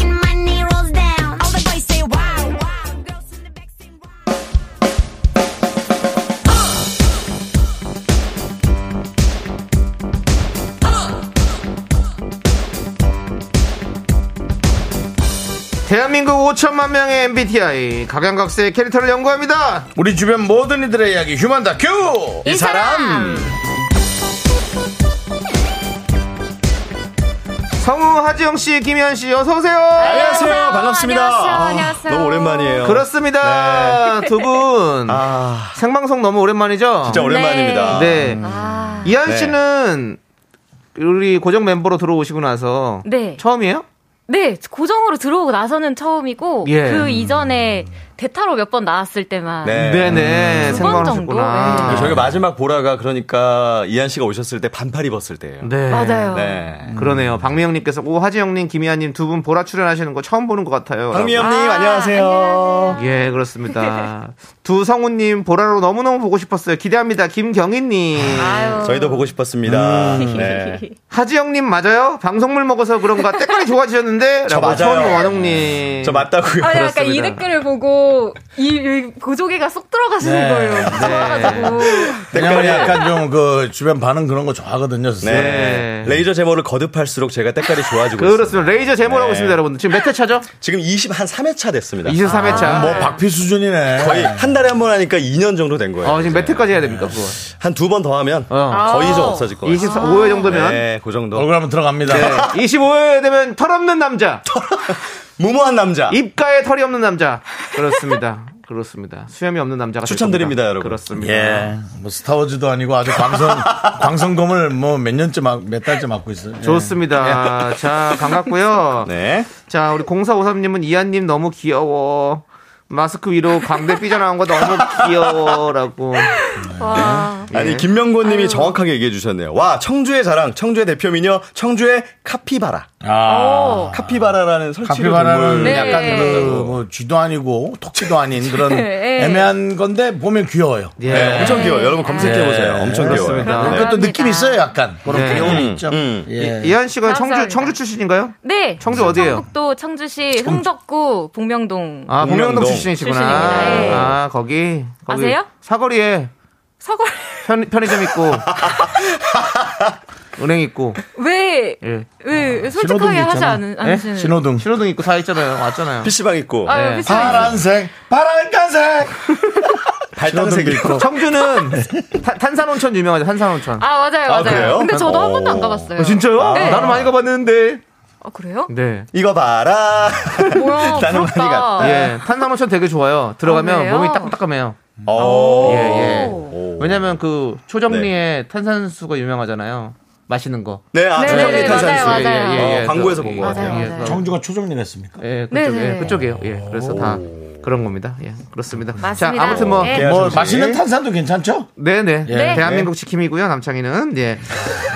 Speaker 5: and my knee rolls down. All the boys say wow, wow. Girls in the back say wow.
Speaker 3: 대한민국 5천만 명의 MBTI 각양각색의 캐릭터를 연구합니다.
Speaker 1: 우리 주변 모든 이들의 이야기 휴먼 다큐.
Speaker 3: 이 사람 성우 하지영 씨, 김현 씨, 어서 오세요.
Speaker 1: 네.
Speaker 6: 안녕하세요. 반갑습니다.
Speaker 4: 안녕하세요.
Speaker 6: 아,
Speaker 4: 안녕하세요.
Speaker 6: 너무 오랜만이에요.
Speaker 1: 네.
Speaker 3: 그렇습니다. 두 분
Speaker 6: 네. 아,
Speaker 3: 생방송 너무 오랜만이죠?
Speaker 6: 진짜 오랜만입니다. 음.
Speaker 3: 네. 이한
Speaker 6: 네.
Speaker 3: 씨는 우리 고정 멤버로 들어오시고 나서
Speaker 7: 네.
Speaker 3: 처음이에요?
Speaker 7: 네, 고정으로 들어오고 나서는 처음이고
Speaker 3: 예.
Speaker 7: 그 이전에 대타로 몇 번 나왔을 때만
Speaker 6: 네.
Speaker 3: 네, 네.
Speaker 7: 두번 정도? 네.
Speaker 3: 생방송구나.
Speaker 6: 저희가 마지막 보라가 그러니까 이한 씨가 오셨을 때 반팔 입었을 때예요.
Speaker 3: 네.
Speaker 7: 맞아요.
Speaker 6: 네.
Speaker 3: 그러네요. 박미영님께서 오 하지영님, 김희아님 두 분 보라 출연하시는 거 처음 보는 것 같아요.
Speaker 6: 박미영님 안녕하세요.
Speaker 3: 예, 그렇습니다. 두 성우님 보라로 너무너무 보고 싶었어요. 기대합니다. 김경희님.
Speaker 7: 아유.
Speaker 6: 저희도 보고 싶었습니다.
Speaker 3: 음.
Speaker 6: 네.
Speaker 3: 하지영님 맞아요? 방송물 먹어서 그런가 때깔이 좋아지셨는데?
Speaker 6: 저 맞아요. 네.
Speaker 3: 천원홍님.
Speaker 6: 저 맞다고요.
Speaker 7: 아, 약간
Speaker 3: 그렇습니다.
Speaker 7: 이 댓글을 보고 이, 이 고조개가 쏙 들어가시는
Speaker 1: 네.
Speaker 7: 거예요. 미쳐가지고
Speaker 1: 왜냐면 약간 좀 그 주변 반응 그런 거 좋아하거든요. 스스로.
Speaker 6: 네. 레이저 제모를 거듭할수록 제가 때깔이 좋아지고 있습니다.
Speaker 3: 그렇습니다. 레이저 제모라고
Speaker 6: 네.
Speaker 3: 있습니다, 여러분들. 지금 몇 회차죠?
Speaker 6: 지금 20 한 3회차 됐습니다. 아,
Speaker 3: 23회차.
Speaker 1: 뭐 박피 수준이네.
Speaker 6: 거의 한 달에 한 번 하니까 2년 정도 된 거예요.
Speaker 3: 어, 지금 몇 회까지 해야 됩니까, 그거?
Speaker 6: 한 두 번 더 하면
Speaker 3: 어.
Speaker 6: 거의 좀 없어질 거예요.
Speaker 3: 25회 정도면.
Speaker 6: 네, 그 정도.
Speaker 1: 음, 얼굴 한번 들어갑니다.
Speaker 3: 25회 되면 털 없는 남자.
Speaker 6: 무모한 남자.
Speaker 3: 입가에 털이 없는 남자. 그렇습니다. 그렇습니다. 수염이 없는 남자가 될
Speaker 6: 추천드립니다,
Speaker 3: 겁니다.
Speaker 6: 여러분.
Speaker 3: 그렇습니다.
Speaker 1: 예. 뭐 스타워즈도 아니고 아주 광선 광선검을 뭐 몇 년째 막 몇 달째 맞고 있어요. 예.
Speaker 3: 좋습니다. 자, 반갑고요.
Speaker 6: 네.
Speaker 3: 자, 우리 0453님은 이한님 너무 귀여워. 마스크 위로 광대 삐져나온 거 너무 귀여워라고.
Speaker 7: 와.
Speaker 6: 아니 김명곤 님이 정확하게 얘기해 주셨네요. 와, 청주의 자랑, 청주의 대표 미녀, 청주의 카피바라.
Speaker 1: 아.
Speaker 6: 카피바라라는 설치류
Speaker 1: 카피바라는
Speaker 6: 동물.
Speaker 7: 네.
Speaker 1: 약간 그뭐 쥐도 아니고 톡지도 아닌 그런
Speaker 7: 네.
Speaker 1: 애매한 건데 보면 귀여워요.
Speaker 3: 예.
Speaker 6: 네, 엄청 귀여워. 요 여러분 검색해 보세요.
Speaker 1: 네.
Speaker 6: 엄청 귀여워요.
Speaker 3: 그렇습니다.
Speaker 6: 네.
Speaker 1: 그러니까 또 느낌 있어요, 약간 그런
Speaker 3: 네.
Speaker 1: 귀여움이
Speaker 6: 음,
Speaker 1: 있죠.
Speaker 6: 음.
Speaker 1: 예.
Speaker 3: 이한 씨가 청주
Speaker 7: 감사합니다.
Speaker 3: 청주 출신인가요?
Speaker 7: 네.
Speaker 3: 청주 어디예요?
Speaker 7: 충북도 청주시 흥덕구 복명동
Speaker 3: 아,
Speaker 6: 동명동.
Speaker 3: 동명동 출신이시구나.
Speaker 7: 출신입니다. 네.
Speaker 3: 아, 거기, 거기
Speaker 7: 아세요?
Speaker 3: 사거리에
Speaker 7: 서걸
Speaker 3: 편, 편의점 있고 은행 있고
Speaker 7: 왜왜
Speaker 3: 예.
Speaker 7: 솔직하게
Speaker 1: 신호등도
Speaker 7: 하지
Speaker 1: 있잖아. 예?
Speaker 7: 않으- 않으시는
Speaker 1: 신호등.
Speaker 3: 신호등 있고 다 있잖아요. 왔잖아요.
Speaker 6: PC방 있고
Speaker 7: 아유,
Speaker 3: 네.
Speaker 7: 비싸.
Speaker 1: 파란색, 파란색.
Speaker 6: 발당색 있고.
Speaker 3: 청주는 탄- 탄산온천 유명하죠. 탄산온천. 아,
Speaker 7: 아 맞아요
Speaker 6: 아,
Speaker 7: 맞아요.
Speaker 6: 그래요?
Speaker 7: 근데 저도 한 번도 안
Speaker 6: 오.
Speaker 7: 가봤어요.
Speaker 3: 진짜요?
Speaker 7: 네.
Speaker 3: 나는 많이 가봤는데.
Speaker 7: 아, 그래요?
Speaker 3: 네.
Speaker 6: 이거 봐라.
Speaker 7: 뭐야
Speaker 6: 나는 많이
Speaker 7: 부럽다.
Speaker 6: 갔다.
Speaker 3: 예, 탄산온천 되게 좋아요.
Speaker 7: 네. 아,
Speaker 3: 들어가면
Speaker 7: 그래요?
Speaker 3: 몸이 따끔따끔해요.
Speaker 6: 오.
Speaker 3: 예, 예.
Speaker 6: 오.
Speaker 3: 왜냐면 그 초정리에 탄산수가 유명하잖아요. 맛있는 거. 예,
Speaker 6: 네, 아,
Speaker 7: 네,
Speaker 6: 조정리
Speaker 7: 네,
Speaker 6: 탄산수.
Speaker 7: 맞아요, 맞아요.
Speaker 6: 어, 광고에서 본것
Speaker 7: 같아요. 맞아요, 맞아요.
Speaker 3: 청-
Speaker 1: 청주가 초정리 했습니까?
Speaker 3: 예,
Speaker 7: 네,
Speaker 3: 그쪽, 에
Speaker 7: 네.
Speaker 3: 예, 그쪽이에요. 예, 그래서 다 그런 겁니다. 예, 그렇습니다. 자,
Speaker 7: 맞습니다.
Speaker 3: 아무튼 뭐,
Speaker 7: 예.
Speaker 1: 뭐
Speaker 6: 정리.
Speaker 1: 맛있는 탄산도 괜찮죠?
Speaker 3: 네네.
Speaker 6: 예.
Speaker 1: 네.
Speaker 3: 대한민국 지킴이고요, 남창희는. 예.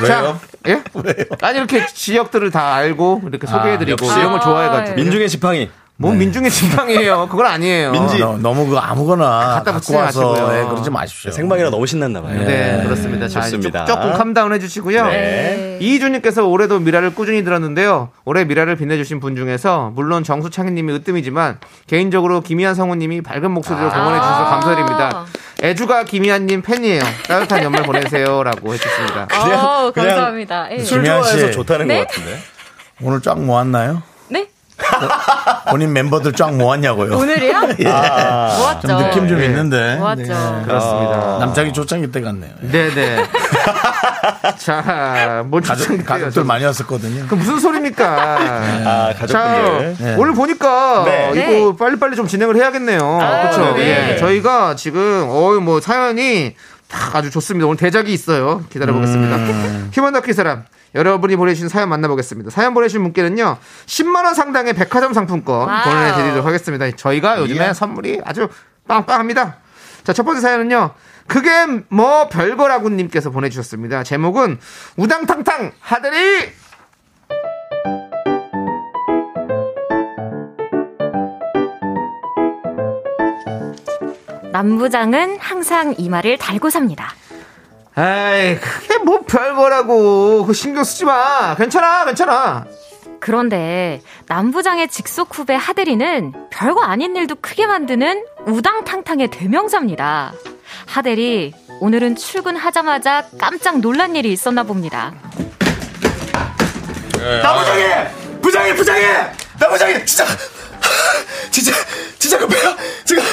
Speaker 3: 자, 예? 아니, 이렇게 지역들을 다 알고, 이렇게
Speaker 6: 아,
Speaker 3: 소개해드리고,
Speaker 1: 역시.
Speaker 3: 이런 걸 좋아해가지고.
Speaker 6: 민중의 지팡이.
Speaker 3: 뭔 민중의 지팡이에요. 그건 아니에요.
Speaker 6: 네. 민지.
Speaker 1: 어, 너, 무그 아무거나
Speaker 3: 갖다
Speaker 1: 갖고
Speaker 3: 붙이지
Speaker 1: 와서
Speaker 3: 마시고요.
Speaker 1: 예, 그러지 마십시오.
Speaker 6: 네, 생방이라 너무 신났나 봐요.
Speaker 3: 네, 그렇습니다. 자,
Speaker 6: 좋습니다.
Speaker 3: 조금 캄다운 해주시고요.
Speaker 6: 네.
Speaker 3: 이희준님께서 올해도 미라를 꾸준히 들었는데요. 올해 미라를 빛내주신 분 중에서 물론 정수창희님이 으뜸이지만 개인적으로 김희한 성우님이 밝은
Speaker 6: 아.
Speaker 3: 목소리로 응원해 주셔서 감사드립니다. 애주가 김희한님 팬이에요. 따뜻한 연말 보내세요라고 해주셨습니다.
Speaker 7: 어,
Speaker 6: 그냥- 그냥
Speaker 7: 감사합니다. 예.
Speaker 6: 술
Speaker 1: 김현
Speaker 6: 좋아해서
Speaker 1: 네. 씨.
Speaker 6: 좋다는
Speaker 7: 네?
Speaker 6: 것 같은데.
Speaker 1: 오늘 쫙 모았나요?
Speaker 7: 네?
Speaker 1: 본인 멤버들 쫙 모았냐고요. 예.
Speaker 7: 오늘이요? 모았죠.
Speaker 1: 좀 느낌 좀 있는데.
Speaker 7: 모았죠.
Speaker 3: 그렇습니다.
Speaker 1: 남자기 초창기 때 같네요. 예.
Speaker 3: 네네. 자, 뭐
Speaker 1: 가족,
Speaker 3: 추천
Speaker 1: 가족들 많이 왔었거든요.
Speaker 3: 그 무슨 소리입니까?
Speaker 6: 아,
Speaker 3: 자,
Speaker 8: 예.
Speaker 6: 가족분들.
Speaker 1: 네.
Speaker 3: 오늘 보니까
Speaker 6: 네.
Speaker 3: 이거 빨리빨리 좀 진행을 해야겠네요.
Speaker 7: 아유,
Speaker 3: 그렇죠.
Speaker 7: 네.
Speaker 3: 예. 저희가 지금 어이 뭐 사연이 다 아주 좋습니다. 오늘 대작이 있어요. 기다려 보겠습니다. 휴먼 다큐 이 사람 여러분이 보내주신 사연 만나보겠습니다. 사연 보내주신 분께는요 10만 원 상당의 백화점 상품권
Speaker 7: 와우.
Speaker 3: 보내드리도록 하겠습니다. 저희가 요즘에 선물이 아주 빵빵합니다. 자, 첫 번째 사연은요. 그게 뭐 별거라고님께서 보내주셨습니다. 제목은 우당탕탕 하들이
Speaker 7: 남부장은 항상 이마를 달고 삽니다.
Speaker 3: 에이, 그게 뭐 별거라고. 그 신경 쓰지 마. 괜찮아, 괜찮아.
Speaker 7: 그런데 남부장의 직속 후배 하대리는 별거 아닌 일도 크게 만드는 우당탕탕의 대명사입니다. 하대리, 오늘은 출근하자마자 깜짝 놀란 일이 있었나 봅니다.
Speaker 8: 나부장님! 부장님, 부장님! 나부장님, 진짜! 진짜, 진짜 급해요! 지금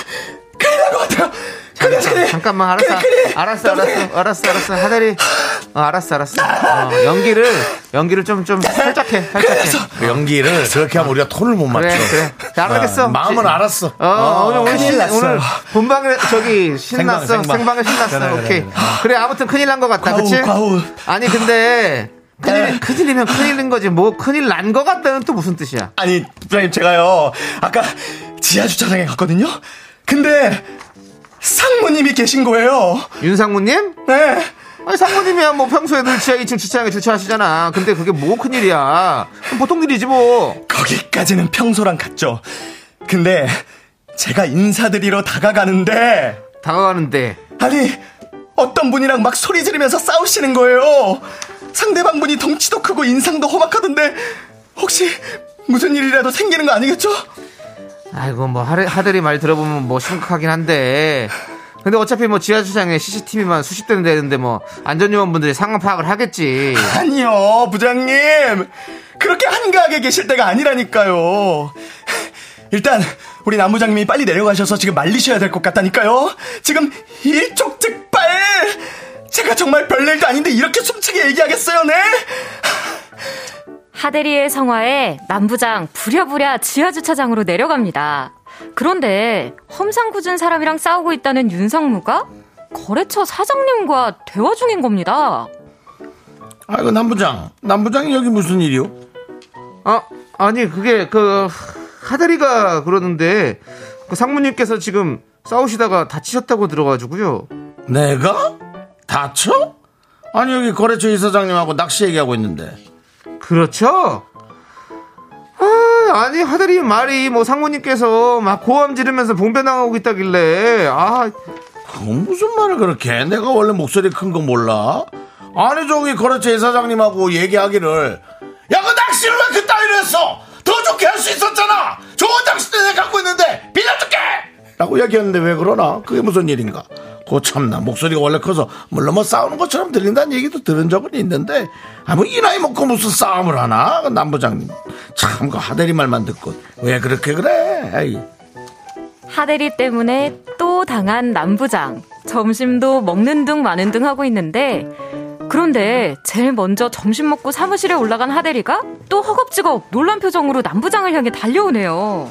Speaker 8: 큰일 난 것 같아요! 큰일,
Speaker 3: 잠깐,
Speaker 8: 큰일!
Speaker 3: 잠깐만, 알았어. 알았어, 알았어, 알았어, 알았어. 하대리. 어, 알았어, 알았어. 어, 연기를, 연기를 좀, 좀 살짝 해, 살짝 해.
Speaker 1: 연기를 아, 그렇게 하면 우리가 톤을 못 맞춰.
Speaker 3: 그래, 그래. 나 알겠어.
Speaker 1: 어, 마음은 알았어.
Speaker 3: 어, 오늘 오늘
Speaker 1: 큰일
Speaker 3: 신,
Speaker 1: 났어.
Speaker 3: 오늘 본방에 저기 신났어
Speaker 1: 생방.
Speaker 3: 생방, 에 신났어
Speaker 1: 그래, 그래,
Speaker 3: 오케이 그래,
Speaker 1: 그래.
Speaker 3: 아무튼 큰일 난 것 같다
Speaker 1: 과우,
Speaker 3: 그치
Speaker 1: 과우. 네.
Speaker 3: 아니 근데 큰일 큰일이면 큰일인 거지 뭐 큰일 난 것 같다는 또 무슨 뜻이야
Speaker 8: 아니, 부장님, 제가요, 아까 지하 주차장에 갔거든요? 근데, 상무님이 계신 거예요!
Speaker 3: 윤상무님
Speaker 8: 네!
Speaker 3: 아니 상무님이야 뭐 평소에 늘 지하 2층 주차장에 주차하시잖아 근데 그게 뭐 큰일이야 그럼 보통 일이지 뭐
Speaker 8: 거기까지는 평소랑 같죠. 근데, 제가 인사드리러 다가가는데,
Speaker 3: 다가가는데
Speaker 8: 아니 어떤 분이랑 막 소리 지르면서 싸우시는 거예요. 상대방 분이 덩치도 크고 인상도 험악하던데 혹시 무슨 일이라도 생기는 거 아니겠죠?
Speaker 3: 아이고 뭐 하래- 하들이 말 들어보면 뭐 심각하긴 한데 근데 어차피 뭐 지하 주차장에 CCTV만 수십 대는 되는데 뭐 안전요원분들이 상황 파악을 하겠지
Speaker 8: 아니요 부장님 그렇게 한가하게 계실 때가 아니라니까요. 일단 우리 남부장님이 빨리 내려가셔서 지금 말리셔야 될 것 같다니까요. 어? 지금 일촉즉발 제가 정말 별일도 아닌데 이렇게 숨차게 얘기하겠어요, 네?
Speaker 7: 하대리의 성화에 남부장 부랴부랴 지하주차장으로 내려갑니다. 그런데 험상궂은 사람이랑 싸우고 있다는 윤상무가 거래처 사장님과 대화 중인 겁니다.
Speaker 1: 아이고 남부장, 남부장이 여기 무슨 일이요?
Speaker 3: 아, 아니 그게 그 하다리가 그러는데 그 상무님께서 지금 싸우시다가 다치셨다고 들어가지고요.
Speaker 1: 내가 다쳐? 아니 여기 거래처 이사장님하고 낚시 얘기하고 있는데.
Speaker 3: 그렇죠? 아, 아니 하다리 말이 뭐 상무님께서 막 고함 지르면서 봉변당하고 있다길래 아
Speaker 1: 그건 뭐 무슨 말을 그렇게 해? 내가 원래 목소리 큰 거 몰라? 아니 저기 거래처 이사장님하고 얘기하기를 야 그 낚시를 왜 그따위로 했어? 더 좋게 할 수 있었잖아 좋은 낚싯대 내가 갖고 있는데 빌려줄게 라고 얘기했는데 왜 그러나? 그게 무슨 일인가? 고 참나 목소리가 원래 커서 물론 뭐 싸우는 것처럼 들린다는 얘기도 들은 적은 있는데 아뭐 이 나이 먹고 무슨 싸움을 하나? 그 남부장님 참 그 하대리 말만 듣고 왜 그렇게 그래? 에이.
Speaker 7: 하대리 때문에 또 당한 남부장. 점심도 먹는 둥 마는 둥 하고 있는데 그런데 제일 먼저 점심 먹고 사무실에 올라간 하대리가 또 허겁지겁 놀란 표정으로 남부장을 향해 달려오네요.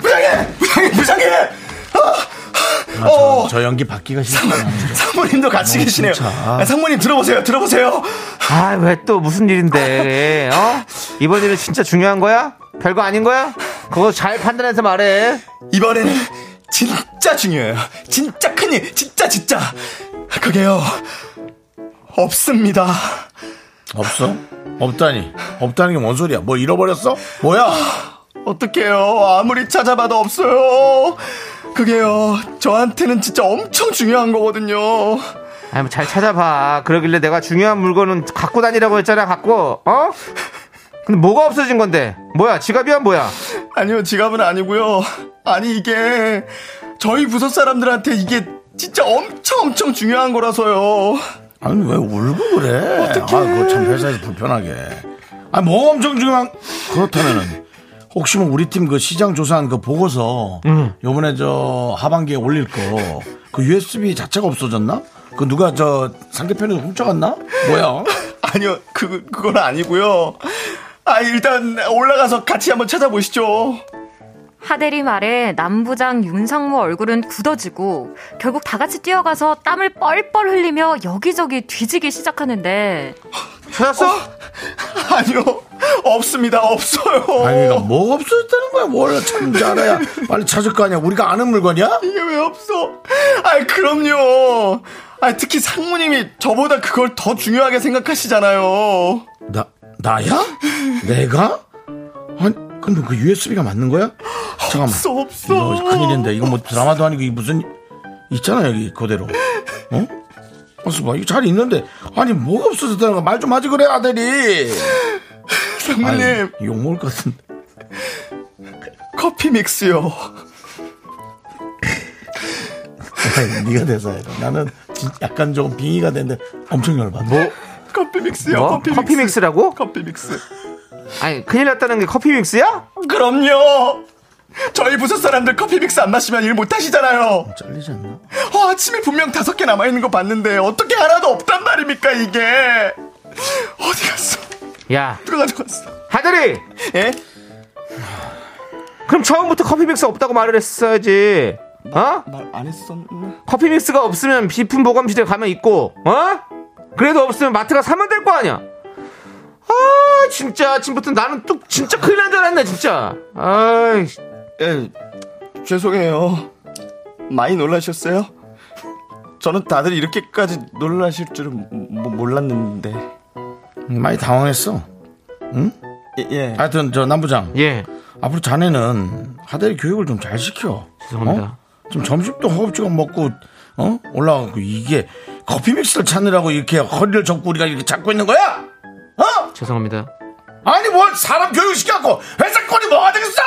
Speaker 8: 부장님, 부장님, 부장님. 아, 어,
Speaker 1: 저 연기 받기가 싫다
Speaker 8: 상무님도 같이 계시네요.
Speaker 1: 진짜.
Speaker 8: 아, 상무님 들어보세요, 들어보세요.
Speaker 3: 아 왜 또 무슨 일인데 어 이번 일은 진짜 중요한 거야? 별거 아닌 거야? 그거 잘 판단해서 말해.
Speaker 8: 이번에는 진짜 중요해요. 진짜 큰일, 진짜 진짜. 그게요. 없습니다.
Speaker 1: 없어? 없다니. 없다는 게 뭔 소리야? 뭐 잃어버렸어? 뭐야?
Speaker 8: 어떡해요. 아무리 찾아봐도 없어요. 그게요. 저한테는 진짜 엄청 중요한 거거든요.
Speaker 3: 아니 뭐 잘 찾아봐. 그러길래 내가 중요한 물건은 갖고 다니라고 했잖아. 갖고 어? 근데 뭐가 없어진 건데? 뭐야? 지갑이야 뭐야?
Speaker 8: 아니요, 지갑은 아니고요. 아니 이게 저희 부서 사람들한테 이게 진짜 엄청 엄청 중요한 거라서요.
Speaker 1: 아니, 왜 울고 그래? 아, 그거 참 회사에서 불편하게. 아, 뭐 엄청 중요한. 그렇다면은. 혹시 뭐 우리 팀 그 시장 조사한 그 보고서 요번에 저 하반기에 올릴 거 그 USB 자체가 없어졌나? 그 누가 저 상대편에서 훔쳐갔나? 뭐야?
Speaker 8: 아니요, 그, 그건 아니고요. 아, 일단 올라가서 같이 한번 찾아보시죠.
Speaker 7: 하대리 말에 남부장 윤상무 얼굴은 굳어지고 결국 다 같이 뛰어가서 땀을 뻘뻘 흘리며 여기저기 뒤지기 시작하는데
Speaker 3: 찾았어?
Speaker 8: 아니요, 없습니다. 없어요.
Speaker 1: 아니, 그러니까 뭐가 없어졌다는 거야? 뭘 찾는지 알아야 빨리 찾을 거 아니야? 우리가 아는 물건이야?
Speaker 8: 이게 왜 없어? 아 그럼요. 아 특히 상무님이 저보다 그걸 더 중요하게 생각하시잖아요.
Speaker 1: 나, 나야? 내가? 아니, 근데 그 USB가 맞는 거야? 잠깐만.
Speaker 8: 없어, 없어.
Speaker 1: 이거 큰일인데. 이거 뭐 드라마도 아니고 이게 무슨, 있잖아, 여기 그대로. 어? 어서 봐. 이거 잘 있는데. 아니, 뭐가 없어졌다는 거야? 말 좀 하지 그래, 아들이.
Speaker 8: 상무님
Speaker 1: 아니, 욕먹을 것 같은데.
Speaker 8: 커피 믹스요.
Speaker 1: 아니, 네가 대사해. 나는 진- 약간 좀 빙의가 됐는데 엄청 열받아.
Speaker 8: 뭐? 커피 믹스요.
Speaker 3: 뭐?
Speaker 8: 커피,
Speaker 3: 커피
Speaker 8: 믹스.
Speaker 3: 믹스라고?
Speaker 8: 커피 믹스.
Speaker 3: 아니 큰일 났다는 게 커피 믹스야?
Speaker 8: 그럼요. 저희 부서 사람들 커피 믹스 안 마시면 일 못하시잖아요.
Speaker 1: 잘리지 않나?
Speaker 8: 어, 아침에 분명 다섯 개 남아있는 거 봤는데 어떻게 하나도 없단 말입니까 이게 어디 갔어
Speaker 3: 야
Speaker 8: 누가 가져갔어
Speaker 3: 하늘이
Speaker 8: 예?
Speaker 3: 그럼 처음부터 커피 믹스 없다고 말을 했어야지 어?
Speaker 8: 말 안 했었나?
Speaker 3: 커피 믹스가 없으면 비품 보관실에 가면 있고 어? 그래도 없으면 마트가 사면 될 거 아니야 아 진짜 아침부터 나는 또 진짜 큰일 난 줄 알았네 진짜 아이
Speaker 8: 예 죄송해요 많이 놀라셨어요? 저는 다들 이렇게까지 놀라실 줄은 모- 몰랐는데
Speaker 1: 많이 당황했어.
Speaker 8: 예, 예.
Speaker 1: 하여튼 저 남부장
Speaker 3: 예
Speaker 1: 앞으로 자네는 하대리 교육을 좀 잘 시켜.
Speaker 3: 죄송합니다.
Speaker 1: 어? 좀 점심도 허겁지겁 먹고 어? 올라가고 이게 커피 믹스를 찾느라고 이렇게 허리를 접고 우리가 이렇게 잡고 있는 거야? 어?
Speaker 3: 죄송합니다
Speaker 1: 아니 뭘 사람 교육 시켜갖고 회사 꼴이 뭐가 되겠어?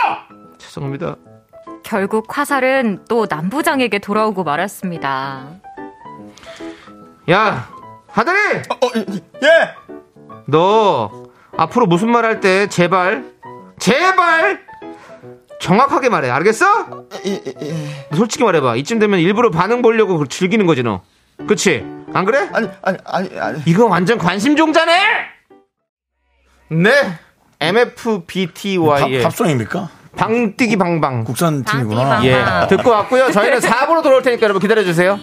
Speaker 3: 죄송합니다
Speaker 7: 결국 화살은 또 남부장에게 돌아오고 말았습니다.
Speaker 3: 야 하늘이
Speaker 8: 어, 예!
Speaker 3: 너 앞으로 무슨 말 할 때 제발 제발 정확하게 말해 알겠어?
Speaker 8: 예,
Speaker 3: 솔직히 말해봐 이쯤 되면 일부러 반응 보려고 그걸 즐기는 거지 너 그치? 안 그래?
Speaker 8: 아니 아니 아니 아니
Speaker 3: 이거 완전 관심 종자네 네 MFBTY의
Speaker 1: 밥, 송입니까
Speaker 3: 방뛰기 방방
Speaker 1: 아, 국산 팀이구나.
Speaker 7: 방방.
Speaker 3: 예
Speaker 8: 아.
Speaker 3: 듣고 왔고요 저희는 4부로 돌아올 테니까 여러분 기다려주세요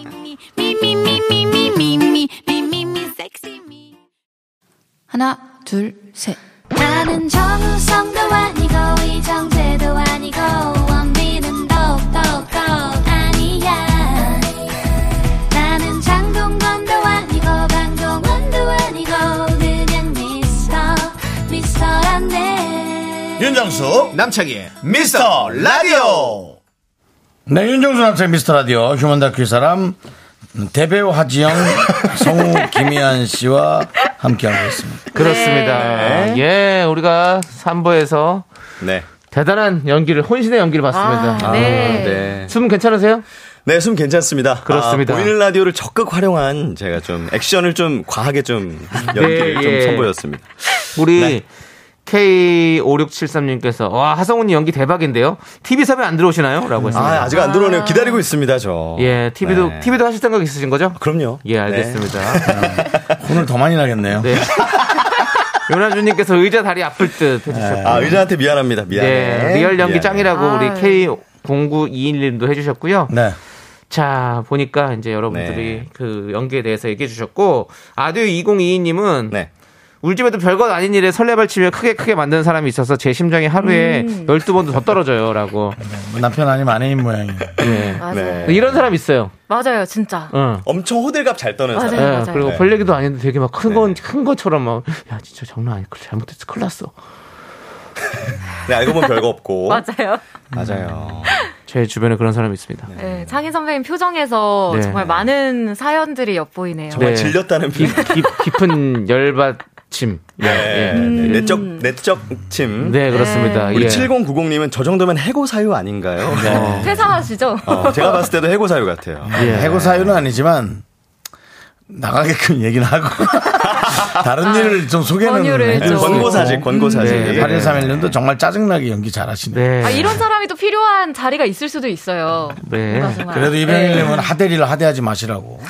Speaker 4: Me, me, me, me, me, me, me, me, me, me, sexy me.
Speaker 7: 하나, 둘, 셋.
Speaker 5: 나는 정우성도 아니고 이정재도 아니고 원빈은 더욱더 아니야 나는 장동건도 아니고 방종원도 아니고 그냥 미스터 미스터란데
Speaker 1: 윤정수
Speaker 2: 남창희의
Speaker 1: 미스터 라디오. 네, 윤정수 남창 미스터 라디오 휴먼 다큐 이 사람 대배우 하지영, 성우 김희한 씨와 함께하고 있습니다.
Speaker 8: 네.
Speaker 3: 그렇습니다 예 우리가 3부에서
Speaker 2: 네.
Speaker 3: 대단한 연기를 혼신의 연기를 봤습니다
Speaker 7: 아, 네.
Speaker 2: 네.
Speaker 3: 숨 괜찮으세요?
Speaker 2: 네, 숨 괜찮습니다.
Speaker 3: 그렇습니다.
Speaker 2: 아, 보이는 라디오를 적극 활용한 제가 좀 액션을 좀 과하게 좀 연기를
Speaker 3: 네,
Speaker 2: 좀
Speaker 3: 예.
Speaker 2: 선보였습니다.
Speaker 3: 우리 K5673님께서 와 하성훈이 연기 대박인데요. TV 섭외 안 들어오시나요? 라고
Speaker 2: 아,
Speaker 3: 했습니다.
Speaker 2: 아직 안 들어오네요. 기다리고 있습니다, 저.
Speaker 3: 예, TV도
Speaker 2: 네.
Speaker 3: TV도 하실 생각 있으신 거죠?
Speaker 2: 그럼요. 네.
Speaker 3: 예, 알겠습니다.
Speaker 1: 오늘 더 많이 나겠네요.
Speaker 3: 네. 요나주님께서 의자 다리 아플 듯
Speaker 2: 네.
Speaker 3: 해주셨고,
Speaker 2: 아, 의자한테 미안합니다. 미안해.
Speaker 3: 예, 리얼 연기
Speaker 2: 미안해.
Speaker 3: 짱이라고 우리 K 0921님도 해주셨고요.
Speaker 1: 네.
Speaker 3: 자 보니까 이제 여러분들이
Speaker 2: 네.
Speaker 3: 그 연기에 대해서 얘기해 주셨고 아듀 2022님은
Speaker 2: 네.
Speaker 3: 울집에도 별것 아닌 일에 설레발치며 크게 크게 만드는 사람이 있어서 제 심장이 하루에
Speaker 7: 음.
Speaker 3: 12번도 더 떨어져요 라고
Speaker 1: 뭐 남편 아니면 아내인 모양이에요.
Speaker 3: 예.
Speaker 7: 맞아요.
Speaker 2: 네.
Speaker 3: 이런 사람 있어요
Speaker 7: 맞아요, 진짜.
Speaker 3: 어.
Speaker 2: 엄청 호들갑 잘 떠는
Speaker 7: 맞아요.
Speaker 2: 사람.
Speaker 3: 예,
Speaker 7: 맞아요.
Speaker 3: 그리고
Speaker 2: 네.
Speaker 3: 벌 얘기도 아닌데 되게 막 큰 건 큰 것처럼 막 야 진짜 장난 아니야 잘못했어 큰일 났어
Speaker 2: 네, 알고 보면 별거 없고.
Speaker 7: 맞아요.
Speaker 2: 맞아요.
Speaker 3: 제 주변에 그런 사람이 있습니다
Speaker 7: 네, 창희 선배님 표정에서
Speaker 3: 네.
Speaker 7: 정말 많은 사연들이 엿보이네요.
Speaker 3: 네.
Speaker 2: 질렸다는
Speaker 3: 깊,
Speaker 2: 표현.
Speaker 3: 은 열받침 예,
Speaker 2: 네.
Speaker 3: 예.
Speaker 2: 네. 내적 내적 침.
Speaker 3: 네 그렇습니다
Speaker 2: 우리
Speaker 3: 예.
Speaker 2: 7090님은 저 정도면 해고 사유 아닌가요?
Speaker 3: 어.
Speaker 7: 퇴사하시죠?
Speaker 2: 어, 제가 봤을 때도 해고 사유 같아요.
Speaker 3: 예.
Speaker 1: 해고 사유는 아니지만 나가게끔 얘기는 하고 다른 일을 좀 소개는
Speaker 7: 권유를 좀.
Speaker 2: 권고사직, 권고사직.
Speaker 3: 네.
Speaker 2: 예.
Speaker 1: 8131년도 정말 짜증나게 연기 잘하시네. 요
Speaker 3: 네.
Speaker 7: 아, 이런 사람이 또 필요한 자리가 있을 수도 있어요.
Speaker 3: 네.
Speaker 7: 뭔가 정말.
Speaker 1: 그래도
Speaker 7: 네.
Speaker 1: 이병일님은 하대리를 하대하지 마시라고.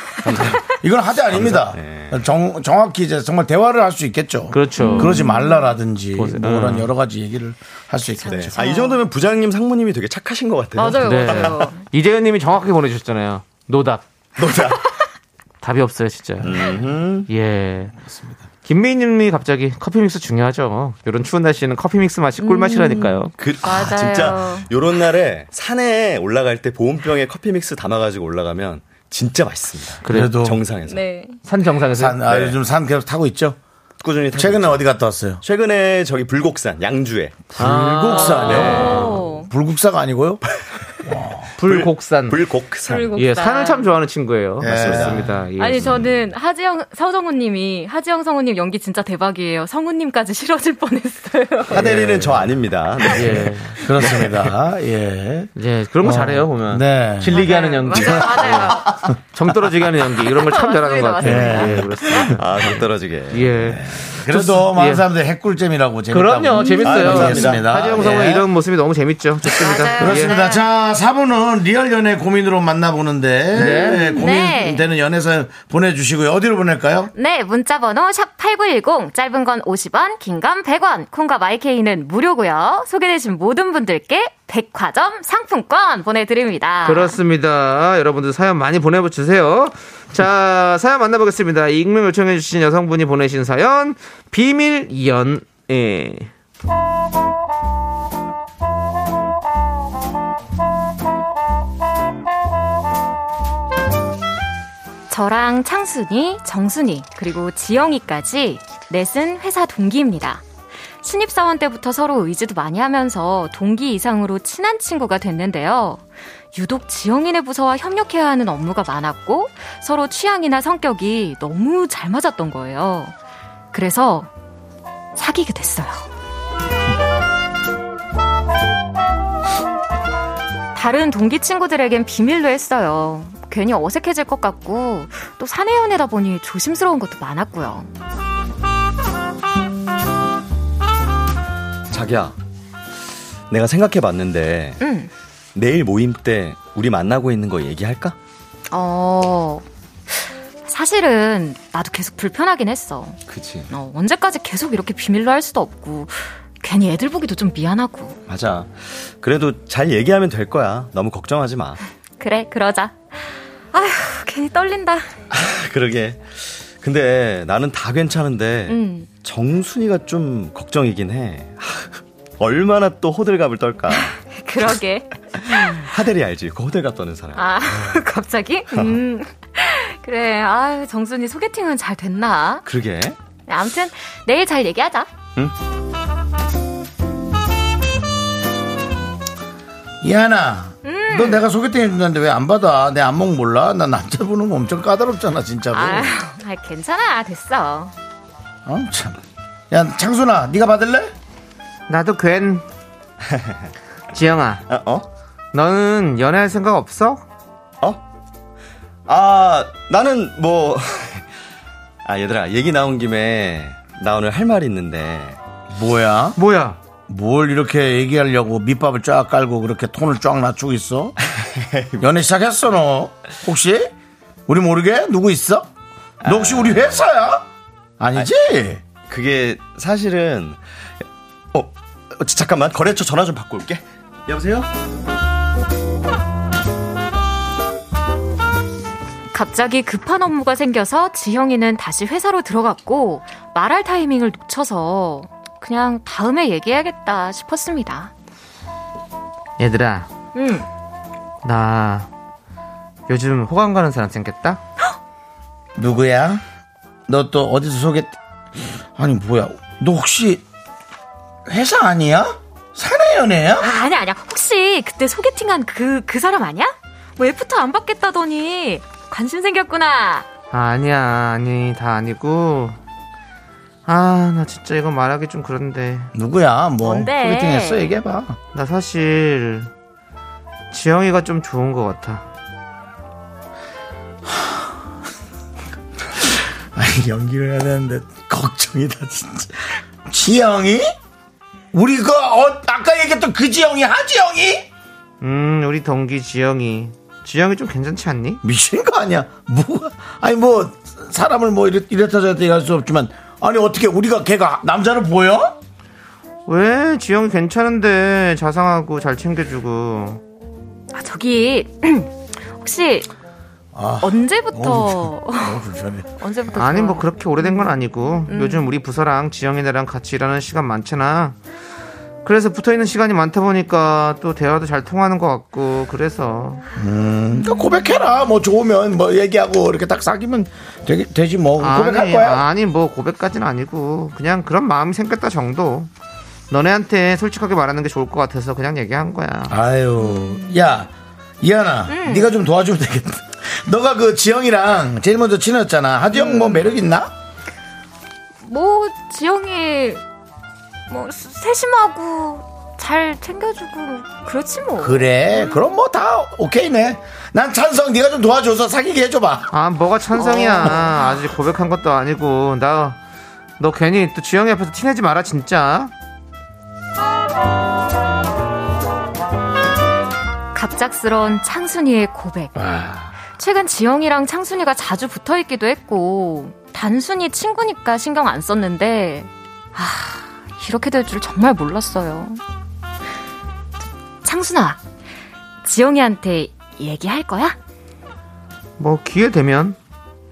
Speaker 1: 이건 하대 아닙니다. 정, 정확히 이제 정말 대화를 할 수 있겠죠.
Speaker 7: 음.
Speaker 3: 그렇죠.
Speaker 1: 그러지 말라라든지
Speaker 3: 보세요.
Speaker 1: 뭐란
Speaker 3: 음.
Speaker 1: 여러 가지 얘기를 할 수 있겠죠.
Speaker 2: 네. 아, 이 정도면 부장님, 상무님이 되게 착하신 것 같아요.
Speaker 7: 맞아요,
Speaker 3: 네.
Speaker 7: 맞아요.
Speaker 3: 이재현 님이 정확하게 보내주셨잖아요. 노답.
Speaker 2: 노답.
Speaker 3: 다 답이 없어요, 진짜. 예. 김미희님이 갑자기 커피 믹스 중요하죠. 이런 추운 날씨는 커피 믹스 맛이 꿀맛이라니까요.
Speaker 6: 그, 아, 진짜 요런 날에 산에 올라갈 때 보온병에 커피 믹스 담아가지고 올라가면 진짜 맛있습니다.
Speaker 1: 그래도
Speaker 6: 정상에서
Speaker 9: 네.
Speaker 3: 산 정상에서
Speaker 1: 산, 아, 요즘 산 계속 타고 있죠.
Speaker 6: 꾸준히 네, 타고
Speaker 1: 최근에
Speaker 6: 있죠.
Speaker 1: 어디 갔다 왔어요?
Speaker 6: 최근에 저기 불곡산 양주에
Speaker 1: 불국사요. 불국사가 아니고요.
Speaker 3: 불곡산.
Speaker 6: 불곡산.
Speaker 9: 불곡산.
Speaker 3: 예, 산을 참 좋아하는 친구예요.
Speaker 1: 예.
Speaker 3: 맞습니다. 예.
Speaker 7: 아니 저는 하지영 서정우님이 하지영 성우님 연기 진짜 대박이에요. 성우님까지 싫어질 뻔했어요.
Speaker 6: 하대리는 저 아닙니다. 네.
Speaker 3: 예.
Speaker 1: 그렇습니다. 예.
Speaker 3: 예, 그런 거 잘해요, 보면.
Speaker 1: 네.
Speaker 3: 질리게 하는 연기,
Speaker 7: 맞아요. 맞아요.
Speaker 3: 정 떨어지게 하는 연기, 이런 걸 참 잘하는 것 같아요.
Speaker 1: 맞습니다,
Speaker 3: 예, 그렇습니다.
Speaker 6: 아, 정 떨어지게.
Speaker 3: 예.
Speaker 1: 그래도 많은
Speaker 3: 예.
Speaker 1: 사람들이 핵꿀잼이라고 재밌다고.
Speaker 3: 그럼요, 재밌어요.
Speaker 1: 아, 감사합니다.
Speaker 3: 하지영 성우의
Speaker 1: 예.
Speaker 3: 이런 모습이 너무 재밌죠. 좋습니다. 예.
Speaker 1: 그렇습니다. 자, 4분은 리얼 연애 고민으로 만나보는데 예,
Speaker 7: 네.
Speaker 1: 고민되는 연애 사연 보내주시고요. 어디로 보낼까요?
Speaker 7: 네, 문자번호 샵 #8910 짧은 건 50원, 긴 건 100원, 콩과 마이케이는 무료고요. 소개되신 모든 분들께 백화점 상품권 보내드립니다.
Speaker 3: 그렇습니다. 여러분들 사연 많이 보내주세요. 자, 사연 만나보겠습니다. 익명 요청해주신 여성분이 보내신 사연, 비밀 연애.
Speaker 7: 저랑 창순이, 정순이, 그리고 지영이까지 넷은 회사 동기입니다. 신입사원 때부터 서로 의지도 많이 하면서 동기 이상으로 친한 친구가 됐는데요. 유독 지영이네 부서와 협력해야 하는 업무가 많았고 서로 취향이나 성격이 너무 잘 맞았던 거예요. 그래서 사귀게 됐어요. 다른 동기 친구들에겐 비밀로 했어요. 괜히 어색해질 것 같고 또 사내 연애다 보니 조심스러운 것도 많았고요.
Speaker 6: 자기야, 내가 생각해봤는데
Speaker 7: 음.
Speaker 6: 내일 모임 때 우리 만나고 있는 거 얘기할까?
Speaker 7: 어. 사실은 나도 계속 불편하긴 했어.
Speaker 6: 그치.
Speaker 7: 어, 언제까지 계속 이렇게 비밀로 할 수도 없고 괜히 애들 보기도 좀 미안하고.
Speaker 6: 맞아. 그래도 잘 얘기하면 될 거야. 너무 걱정하지 마.
Speaker 7: 그래, 그러자. 아휴, 괜히 떨린다.
Speaker 6: 그러게. 근데 나는 다 괜찮은데
Speaker 7: 음.
Speaker 6: 정순이가 좀 걱정이긴 해. 얼마나 또 호들갑을 떨까?
Speaker 7: 그러게.
Speaker 6: 하대리 알지? 그 호들갑 떠는 사람.
Speaker 7: 아, 갑자기? 음. 그래. 아유, 정순이 소개팅은 잘 됐나?
Speaker 6: 그러게.
Speaker 7: 아무튼 내일 잘 얘기하자.
Speaker 1: 이하나, 너 내가 소개팅 해준다는데 왜 안 받아? 내 안목 몰라? 나 남자 보는 거 엄청 까다롭잖아, 진짜로.
Speaker 7: 아유, 아이, 괜찮아. 됐어.
Speaker 1: 어, 참. 야, 창순아, 네가 받을래?
Speaker 3: 나도 괜. 지영아,
Speaker 6: 아, 어?
Speaker 3: 너는 연애할 생각 없어?
Speaker 6: 어? 아, 나는 뭐. 아, 얘들아, 얘기 나온 김에 나 오늘 할 말이 있는데.
Speaker 1: 뭐야?
Speaker 3: 뭐야?
Speaker 1: 뭘 이렇게 얘기하려고 밑밥을 쫙 깔고 그렇게 톤을 쫙 낮추고 있어? 연애 시작했어, 너? 혹시? 우리 모르게? 누구 있어? 너
Speaker 6: 아.
Speaker 1: 혹시 우리 회사야? 아니지?
Speaker 6: 그게 사실은. 어, 어, 지- 잠깐만. 거래처 전화 좀 받고 올게. 여보세요?
Speaker 7: 갑자기 급한 업무가 생겨서 지영이는 다시 회사로 들어갔고 말할 타이밍을 놓쳐서 그냥 다음에 얘기해야겠다 싶었습니다.
Speaker 3: 얘들아,
Speaker 7: 응.
Speaker 3: 나 요즘 호감 가는 사람 생겼다?
Speaker 1: 누구야? 너 또 어디서 소개? 아니 뭐야? 너 혹시 회사 아니야? 사내 연애야?
Speaker 7: 아, 아니야, 아니야. 혹시 그때 소개팅한 그, 그 사람 아니야? 뭐 애프터 안 받겠다더니 관심 생겼구나.
Speaker 3: 아, 니야 아니, 다 아니고. 아, 나 진짜 이거 말하기 좀 그런데.
Speaker 1: 누구야? 뭐
Speaker 7: 뭔데?
Speaker 1: 소개팅했어? 얘기해봐.
Speaker 3: 나 사실 지영이가 좀 좋은 것 같아.
Speaker 1: 아니 연기를 해야 되는데 걱정이다 진짜. 지영이? 우리가 어, 아까 얘기했던 그 지영이 하지영이?
Speaker 3: 음, 우리 동기 지영이. 지영이 좀 괜찮지 않니?
Speaker 1: 미친 거 아니야? 뭐? 아니 뭐 사람을 뭐 이랬, 이랬다 저랬다 얘기할 수 없지만 아니 어떻게 우리가 걔가 남자를 보여?
Speaker 3: 왜? 지영이 괜찮은데 자상하고 잘 챙겨주고.
Speaker 7: 아, 저기 혹시
Speaker 1: 아.
Speaker 7: 언제부터
Speaker 1: 너무 어, 불편해.
Speaker 7: 언제부터
Speaker 3: 어, 아니 뭐 그렇게 오래된 건 아니고
Speaker 7: 음.
Speaker 3: 요즘 우리 부서랑 지영이네랑 같이 일하는 시간 많잖아. 그래서 붙어 있는 시간이 많다 보니까 또 대화도 잘 통하는 것 같고 그래서
Speaker 1: 음, 그러니까 고백해라. 뭐 좋으면 뭐 얘기하고 이렇게 딱 사귀면 되지뭐 고백할
Speaker 3: 아니,
Speaker 1: 거야.
Speaker 3: 아니 뭐 고백까지는 아니고 그냥 그런 마음이 생겼다 정도. 너네한테 솔직하게 말하는 게 좋을 것 같아서 그냥 얘기한 거야.
Speaker 1: 아유, 야, 이하나, 네가 좀 도와주면 되겠다. 너가 그 지영이랑 제일 먼저 친했잖아. 하지영 뭐 매력 있나?
Speaker 7: 뭐 지영이 뭐 수- 세심하고 잘 챙겨주고 그렇지 뭐.
Speaker 1: 그래, 그럼 뭐 다 오케이네. 난 찬성, 네가 좀 도와줘서 사귀게 해줘봐.
Speaker 3: 아 뭐가 찬성이야 아직 고백한 것도 아니고 나 너 괜히 또 지영이 앞에서 티내지 마라 진짜
Speaker 7: 갑작스런 창순이의 고백. 최근 지영이랑 창순이가 자주 붙어 있기도 했고 단순히 친구니까 신경 안 썼는데 아 이렇게 될 줄 정말 몰랐어요. 창순아, 지영이한테 얘기할 거야?
Speaker 3: 뭐 기회 되면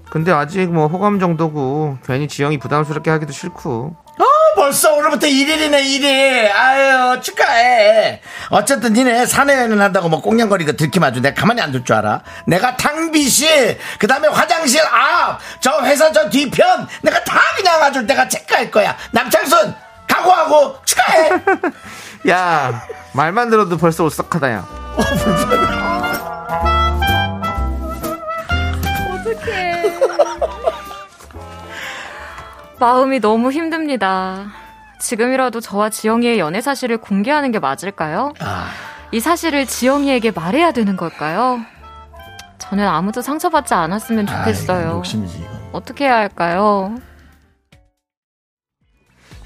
Speaker 3: 근데 아직 뭐 호감 정도고 괜히 지영이 부담스럽게 하기도 싫고
Speaker 1: 아, 벌써 오늘부터 1일이네, 1일. 아유, 축하해. 어쨌든 니네 사내는 한다고 뭐 꽁냥거리고 들키면 아주 내가 가만히 안 둘 줄 알아. 내가 탕비실, 그 다음에 화장실 앞, 저 회사 저 뒤편, 내가 다 그냥 아주 내가 체크할 거야. 남창순, 각오하고 축하해.
Speaker 3: 야 말만 들어도 벌써 오싹하다 야
Speaker 7: 마음이 너무 힘듭니다. 지금이라도 저와 지영이의 연애 사실을 공개하는 게 맞을까요? 이 사실을 지영이에게 말해야 되는 걸까요? 저는 아무도 상처받지 않았으면
Speaker 1: 아,
Speaker 7: 좋겠어요. 어떻게 해야 할까요? 음.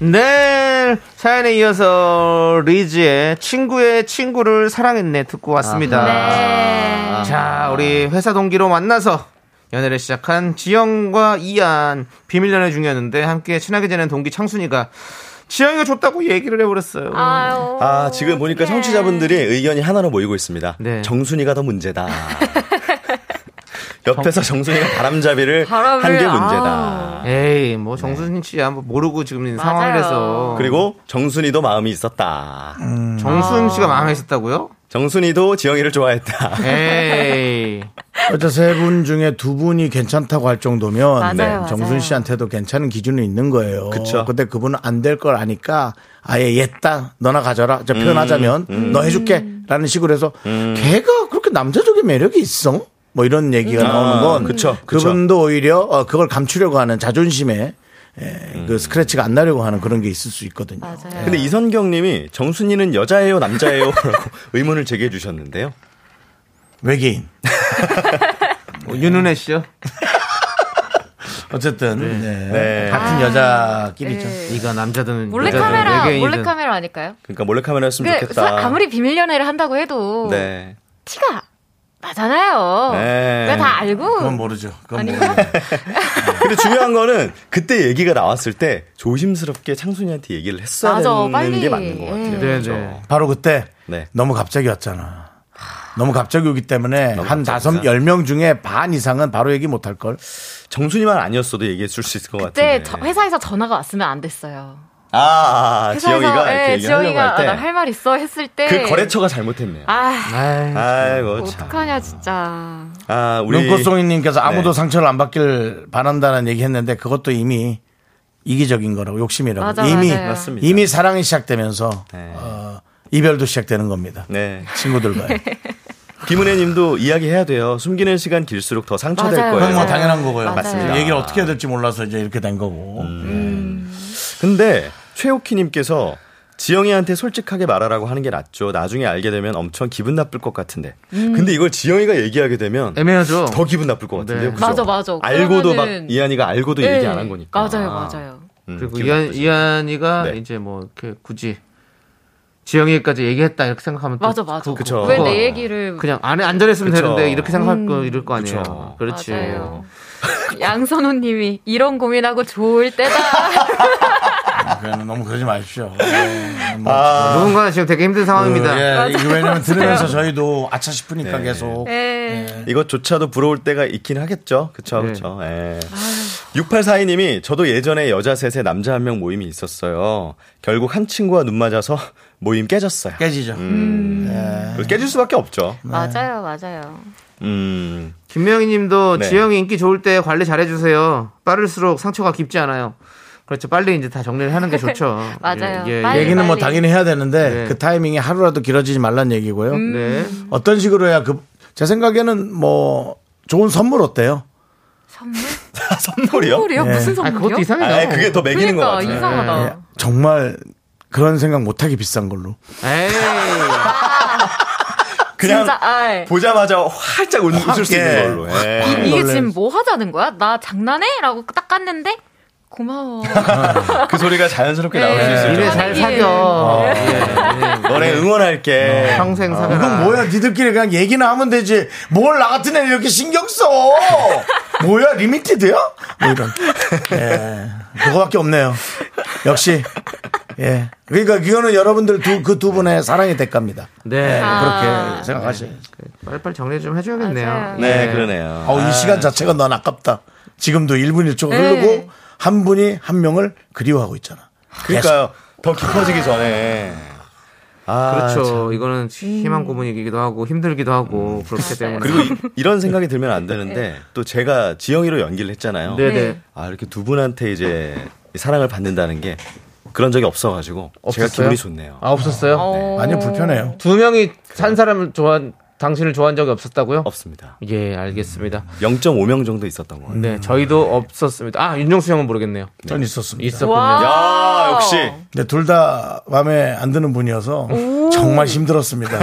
Speaker 3: 네 사연에 이어서 리즈의 친구의 친구를 사랑했네 듣고 왔습니다
Speaker 7: 네.
Speaker 3: 자 우리 회사 동기로 만나서 연애를 시작한 지영과 이안 비밀 연애 중이었는데 함께 친하게 지낸 동기 창순이가 지영이가 줬다고 얘기를 해버렸어요
Speaker 7: 아유. 네.
Speaker 6: 아, 지금 보니까 청취자분들이 의견이 하나로 모이고 있습니다. 정순이가 더 문제다. 옆에서 정순이가 바람잡이를 한
Speaker 3: 바람을,
Speaker 6: 게
Speaker 3: 아.
Speaker 6: 문제다.
Speaker 3: 에이, 뭐 정순이 씨야 뭐 모르고 지금 있는 상황이라서.
Speaker 6: 그리고 정순이도 마음이 있었다.
Speaker 3: 정순
Speaker 7: 아.
Speaker 3: 씨가 마음에 있었다고요?
Speaker 6: 정순이도 지영이를
Speaker 3: 네.
Speaker 6: 좋아했다.
Speaker 3: 에이.
Speaker 1: 어째 세분 중에 두 분이 괜찮다고 할 정도면 네,
Speaker 6: 맞아요,
Speaker 1: 정순 씨한테도 괜찮은 기준이 있는 거예요. 그쵸. 근데 그분은 안 될 걸 아니까 아예 옛다 너나 가져라. 저 표현하자면
Speaker 10: 음.
Speaker 1: 너 해줄게 라는 식으로 해서 걔가 그렇게 남자적인 매력이 있어? 뭐 이런 얘기가
Speaker 10: 음.
Speaker 1: 나오는 건
Speaker 10: 아, 그쵸, 그쵸.
Speaker 1: 그분도 오히려 어, 그걸 감추려고 하는 자존심에 에,
Speaker 10: 음.
Speaker 1: 그 스크래치가 안 나려고 하는 그런 게 있을 수 있거든요.
Speaker 6: 근데 이선경 님이 정순이는 여자예요, 남자예요? 라고 의문을 제기해 주셨는데요.
Speaker 1: 외계인.
Speaker 3: 뭐 윤은혜 씨요?
Speaker 1: 어쨌든 네.
Speaker 6: 네.
Speaker 1: 같은
Speaker 7: 아.
Speaker 1: 여자끼리죠.
Speaker 7: 네.
Speaker 3: 이거 남자든
Speaker 1: 네,
Speaker 7: 몰래카메라, 몰래카메라 아닐까요?
Speaker 6: 그러니까 몰래카메라였으면
Speaker 7: 그,
Speaker 6: 좋겠다.
Speaker 7: 사- 아무리 비밀 연애를 한다고 해도
Speaker 6: 네.
Speaker 7: 티가 나잖아요.
Speaker 6: 네.
Speaker 7: 그거 다 알고.
Speaker 1: 모르죠.
Speaker 6: 근데 중요한 거는 그때 얘기가 나왔을 때 조심스럽게 창순이한테 얘기를 했어야
Speaker 7: 맞아,
Speaker 6: 되는
Speaker 7: 빨리.
Speaker 6: 게 맞는 것 같아요.
Speaker 7: 음.
Speaker 6: 그렇죠.
Speaker 1: 네. 바로 그때 너무 갑자기 왔잖아. 너무 갑자기 오기 때문에 한 다섯 열 명 중에 반 이상은 바로 얘기 못 할 걸.
Speaker 6: 정순이만 아니었어도 얘기했을 수 있을 것
Speaker 7: 그때
Speaker 6: 같은데.
Speaker 7: 저- 회사에서 전화가 왔으면 안 됐어요.
Speaker 6: 아, 아, 아,
Speaker 7: 회사에서
Speaker 6: 지영이가 이렇게
Speaker 7: 예,
Speaker 6: 얘기하려고
Speaker 7: 지영이가
Speaker 6: 할 때.
Speaker 7: 나할말 있어 했을 때
Speaker 6: 그 거래처가 잘못했네요.
Speaker 7: 아
Speaker 6: 아이고 참.
Speaker 7: 어떡하냐 진짜
Speaker 6: 아, 우리-
Speaker 1: 눈꽃송이님께서 아무도
Speaker 6: 네.
Speaker 1: 상처를 안 받길 바란다는 얘기했는데 그것도 이미 이기적인 거라고 욕심이라고.
Speaker 7: 맞아,
Speaker 1: 이미
Speaker 7: 맞아요. 맞습니다.
Speaker 1: 이미 사랑이 시작되면서 어, 이별도 시작되는 겁니다.
Speaker 6: 네.
Speaker 1: 친구들과.
Speaker 6: 김은혜 님도 이야기해야 돼요. 숨기는 시간 길수록 더 상처될
Speaker 1: 맞아요,
Speaker 6: 거예요.
Speaker 1: 그건 뭐 당연한 거고요. 맞아요.
Speaker 6: 맞습니다.
Speaker 1: 얘기를 어떻게 해야 될지 몰라서 이제 이렇게 된 거고.
Speaker 6: 근데 네. 최옥희 님께서 지영이한테 솔직하게 말하라고 하는 게 낫죠. 나중에 알게 되면 엄청 기분 나쁠 것 같은데.
Speaker 7: 음.
Speaker 6: 근데 이걸 지영이가 얘기하게 되면
Speaker 3: 애매하죠.
Speaker 6: 더 기분 나쁠 것 같은데요. 그죠?
Speaker 7: 네. 맞아 맞아
Speaker 6: 알고도
Speaker 7: 그러면은-
Speaker 6: 막 이한이가 알고도
Speaker 7: 예,
Speaker 6: 얘기 안 한 거니까.
Speaker 7: 맞아요 맞아요
Speaker 6: 음, 네.
Speaker 3: 그리고
Speaker 6: 기분
Speaker 3: 이한,
Speaker 6: 나쁘죠.
Speaker 3: 이한이가 이제 뭐 이렇게 굳이 지영이까지 얘기했다 이렇게 생각하면 또
Speaker 7: 맞아, 맞아.
Speaker 3: 그거- 그거-
Speaker 7: 왜내 얘기를-
Speaker 3: 그냥 안에 안전했으면
Speaker 6: 그쵸.
Speaker 3: 되는데 이렇게 생각할 거
Speaker 7: 음.
Speaker 3: 이럴 거 아니에요.
Speaker 6: 그쵸.
Speaker 3: 그렇 지
Speaker 7: 맞아요. 양선호님이 이런 고민하고 좋을 때다
Speaker 1: 그거는 너무 그러지 마십시오. 뭐,
Speaker 6: 아.
Speaker 3: 누군가 지금 되게 힘든
Speaker 6: 음,
Speaker 3: 상황입니다.
Speaker 1: 예, 이거 왜냐면 들으면서 저희도 아차
Speaker 6: 네.
Speaker 1: 싶으니까
Speaker 7: 예.
Speaker 1: 계속.
Speaker 6: 이것조차도 부러울 때가 있긴 하겠죠. 그쵸, 그쵸. 예. 6842님이 저도 예전에 여자 셋에 남자 한 명 모임이 있었어요. 결국 한 친구와 눈 맞아서 모임 깨졌어요.
Speaker 1: 깨지죠.
Speaker 6: 깨질 수밖에 없죠.
Speaker 7: 맞아요, 맞아요.
Speaker 6: 음.
Speaker 3: 김명희 님도
Speaker 6: 네.
Speaker 3: 지영이 인기 좋을 때 관리 잘해주세요. 빠를수록 상처가 깊지 않아요. 그렇죠. 빨리 이제 다 정리를 하는 게 좋죠.
Speaker 7: 맞아요.
Speaker 3: 예, 예,
Speaker 7: 빨리,
Speaker 1: 얘기는 뭐
Speaker 7: 빨리.
Speaker 1: 당연히 해야 되는데
Speaker 6: 네.
Speaker 1: 그 타이밍이 하루라도 길어지지 말란 얘기고요.
Speaker 7: 음.
Speaker 3: 네.
Speaker 1: 어떤 식으로 해야 그, 제 생각에는 뭐 좋은 선물 어때요?
Speaker 6: 선물이요?
Speaker 1: 선물이요? 무슨
Speaker 6: 아,
Speaker 1: 선물이요?
Speaker 6: 그것도 이상해요.
Speaker 1: 아니, 그게
Speaker 6: 더 매기는
Speaker 7: 그러니까,
Speaker 6: 것 같아요. 네.
Speaker 7: 이상하다.
Speaker 1: 예, 정말 그런 생각 못하게 비싼 걸로.
Speaker 3: 에이.
Speaker 6: 그냥
Speaker 7: 진짜, 아이. 예.
Speaker 6: 보자마자 활짝 웃- 웃을 수 있는 걸로. 예.
Speaker 7: 이, 게 지금 뭐 하자는 거야? 나 장난해? 라고 딱 갔는데 고마워.
Speaker 6: 그 소리가 자연스럽게
Speaker 7: 네.
Speaker 6: 나올 수 있어요.
Speaker 7: 니네
Speaker 3: 예.
Speaker 7: 잘 사겨. 어,
Speaker 6: 너네 응원할게.
Speaker 3: 어,
Speaker 6: 어.
Speaker 3: 평생
Speaker 1: 아, 이건 뭐야? 니들끼리 그냥 얘기나 하면 되지. 뭘 나 같은 애를 이렇게 신경 써? 뭐야? 리미티드야? 뭐 이런.
Speaker 6: 네.
Speaker 1: 예. 그거밖에 없네요. 역시. 예. 그러니까 이거는 여러분들 두, 그 두 분의 사랑의 대가입니다.
Speaker 3: 네.
Speaker 1: 예,
Speaker 3: 아.
Speaker 1: 그렇게 생각하시.
Speaker 3: 빨리빨리 정리 좀 해줘야겠네요. 예.
Speaker 1: 네,
Speaker 6: 그러네요. 그렇죠. 아.
Speaker 1: 이 시간 자체가 넌 아깝다. 지금도 1분 1초
Speaker 3: 네.
Speaker 1: 흐르고 한 분이 한 명을 그리워하고 있잖아.
Speaker 6: 그러니까요. 더 깊어지기 전에. 아,
Speaker 3: 그렇죠. 이거는 희망 고문이기도 하고 힘들기도 하고 그렇기 때문에
Speaker 6: 음. 그리고 이, 런 생각이 들면 안
Speaker 7: 네.
Speaker 6: 되는데 또 제가 지영이로 연기를 했잖아요.
Speaker 3: 네네.
Speaker 6: 아 이렇게 두 분한테 이제 사랑을 받는다는 게 그런 적이 없어가지고 제가
Speaker 3: 없었어요?
Speaker 6: 기분이 좋네요.
Speaker 3: 아 없었어요?
Speaker 1: 많이 불편해요.
Speaker 3: 두 명이 산 사람을 좋아한 당신을 좋아한 적이 없었다고요?
Speaker 6: 없습니다.
Speaker 3: 예, 알겠습니다.
Speaker 6: 0.5명 정도 있었던 것 같아요.
Speaker 3: 네, 저희도 없었습니다. 아, 윤정수 형은 모르겠네요.
Speaker 1: 전 있었습니다.
Speaker 3: 있었군요.
Speaker 6: 와. 야, 역시.
Speaker 1: 근데 둘 다 마음에 안 드는 분이어서
Speaker 3: 오. 예.
Speaker 1: 정말 힘들었습니다.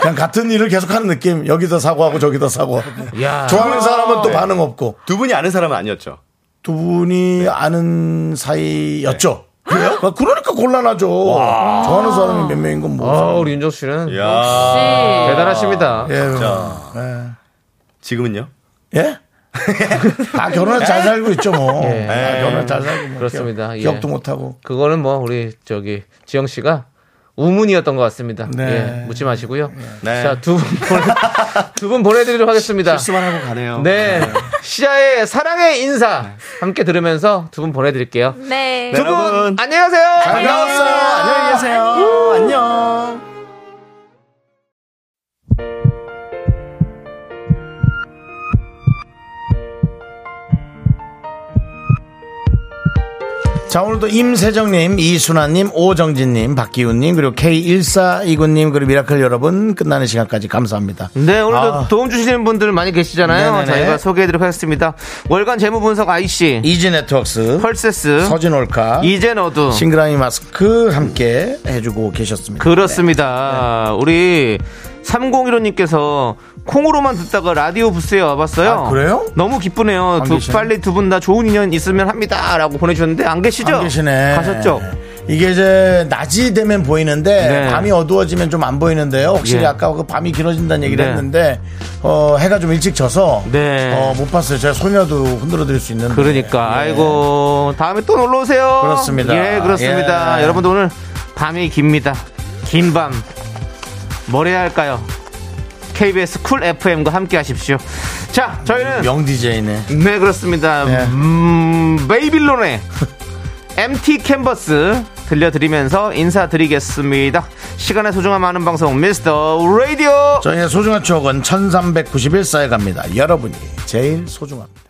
Speaker 1: 그냥 같은 일을 계속하는 느낌. 여기다 사고하고 저기다 사고하고.
Speaker 6: 야.
Speaker 1: 좋아하는 사람은 또
Speaker 6: 네.
Speaker 1: 반응 없고.
Speaker 6: 두 분이 아는 사람은 아니었죠.
Speaker 1: 두 분이
Speaker 3: 네.
Speaker 1: 아는 사이였죠. 그래요? 그러니까 곤란하죠.
Speaker 3: 와.
Speaker 1: 좋아하는 사람이 몇 명인 건 뭐.
Speaker 3: 아, 우리 윤정수 씨는
Speaker 6: 야.
Speaker 3: 역시 대단하십니다.
Speaker 1: 예.
Speaker 6: 자, 지금은요?
Speaker 1: 예? 다 결혼해서 잘 살고 있죠, 뭐.
Speaker 3: 예.
Speaker 1: 다 결혼해서 잘 살고. 뭐
Speaker 3: 그렇습니다.
Speaker 1: 기억-
Speaker 3: 예.
Speaker 1: 기억도 못하고.
Speaker 3: 그거는 뭐 우리 저기 지영 씨가 우문이었던 것 같습니다.
Speaker 1: 네.
Speaker 3: 예, 묻지 마시고요.
Speaker 6: 네.
Speaker 3: 자, 두 분 보내, 두분 보내드리도록 하겠습니다.
Speaker 6: 실수만 하고 가네요.
Speaker 3: 네. 시아의 사랑의 인사 함께 들으면서 두 분 보내드릴게요.
Speaker 7: 네.
Speaker 3: 두 분, 안녕하세요.
Speaker 1: 잘 나왔어요. 안녕히 계세요. 안녕. 자, 오늘도 임세정님, 이순아님, 오정진님, 박기훈님, 그리고 K1429님, 그리고 미라클 여러분, 끝나는 시간까지 감사합니다.
Speaker 3: 네, 오늘도
Speaker 1: 아.
Speaker 3: 도움 주시는 분들 많이 계시잖아요.
Speaker 1: 네네네.
Speaker 3: 저희가 소개해드리도록 하겠습니다. 월간 재무분석 IC,
Speaker 1: 이지 네트웍스,
Speaker 3: 펄세스,
Speaker 1: 서진올카,
Speaker 3: 이젠 어두.
Speaker 1: 싱그라미 마스크 함께 해주고 계셨습니다. 네.
Speaker 3: 그렇습니다. 우리 301호님께서 콩으로만 듣다가 라디오 부스에 와봤어요.
Speaker 1: 아, 그래요?
Speaker 3: 너무 기쁘네요.
Speaker 1: 안
Speaker 3: 두,
Speaker 1: 계시네.
Speaker 3: 빨리 두 분 다 좋은 인연 있으면 합니다. 라고 보내주셨는데 안 계시죠?
Speaker 1: 안 계시네.
Speaker 3: 가셨죠?
Speaker 1: 이게 이제 낮이 되면 보이는데
Speaker 3: 네.
Speaker 1: 밤이 어두워지면 좀 안 보이는데요. 확실히
Speaker 3: 예.
Speaker 1: 아까 그 밤이 길어진다는 얘기를
Speaker 3: 네.
Speaker 1: 했는데 어, 해가 좀 일찍 져서
Speaker 3: 네.
Speaker 1: 어, 못 봤어요. 제가 소녀도 흔들어 드릴 수 있는데.
Speaker 3: 그러니까
Speaker 1: 예.
Speaker 3: 아이고 다음에 또 놀러 오세요.
Speaker 1: 그렇습니다.
Speaker 3: 예, 그렇습니다.
Speaker 1: 예.
Speaker 3: 여러분도 오늘 밤이 깁니다. 긴 밤. 뭘 해야 할까요? KBS 쿨 FM과 함께 하십시오. 자, 저희는
Speaker 1: 명 DJ네.
Speaker 3: 네 그렇습니다. 음, 베이빌론의 MT 캔버스 들려드리면서 인사드리겠습니다. 시간의 소중함 아는 방송 미스터 라디오.
Speaker 1: 저희의 소중한 추억은 1391사에 갑니다. 여러분이 제일 소중합니다.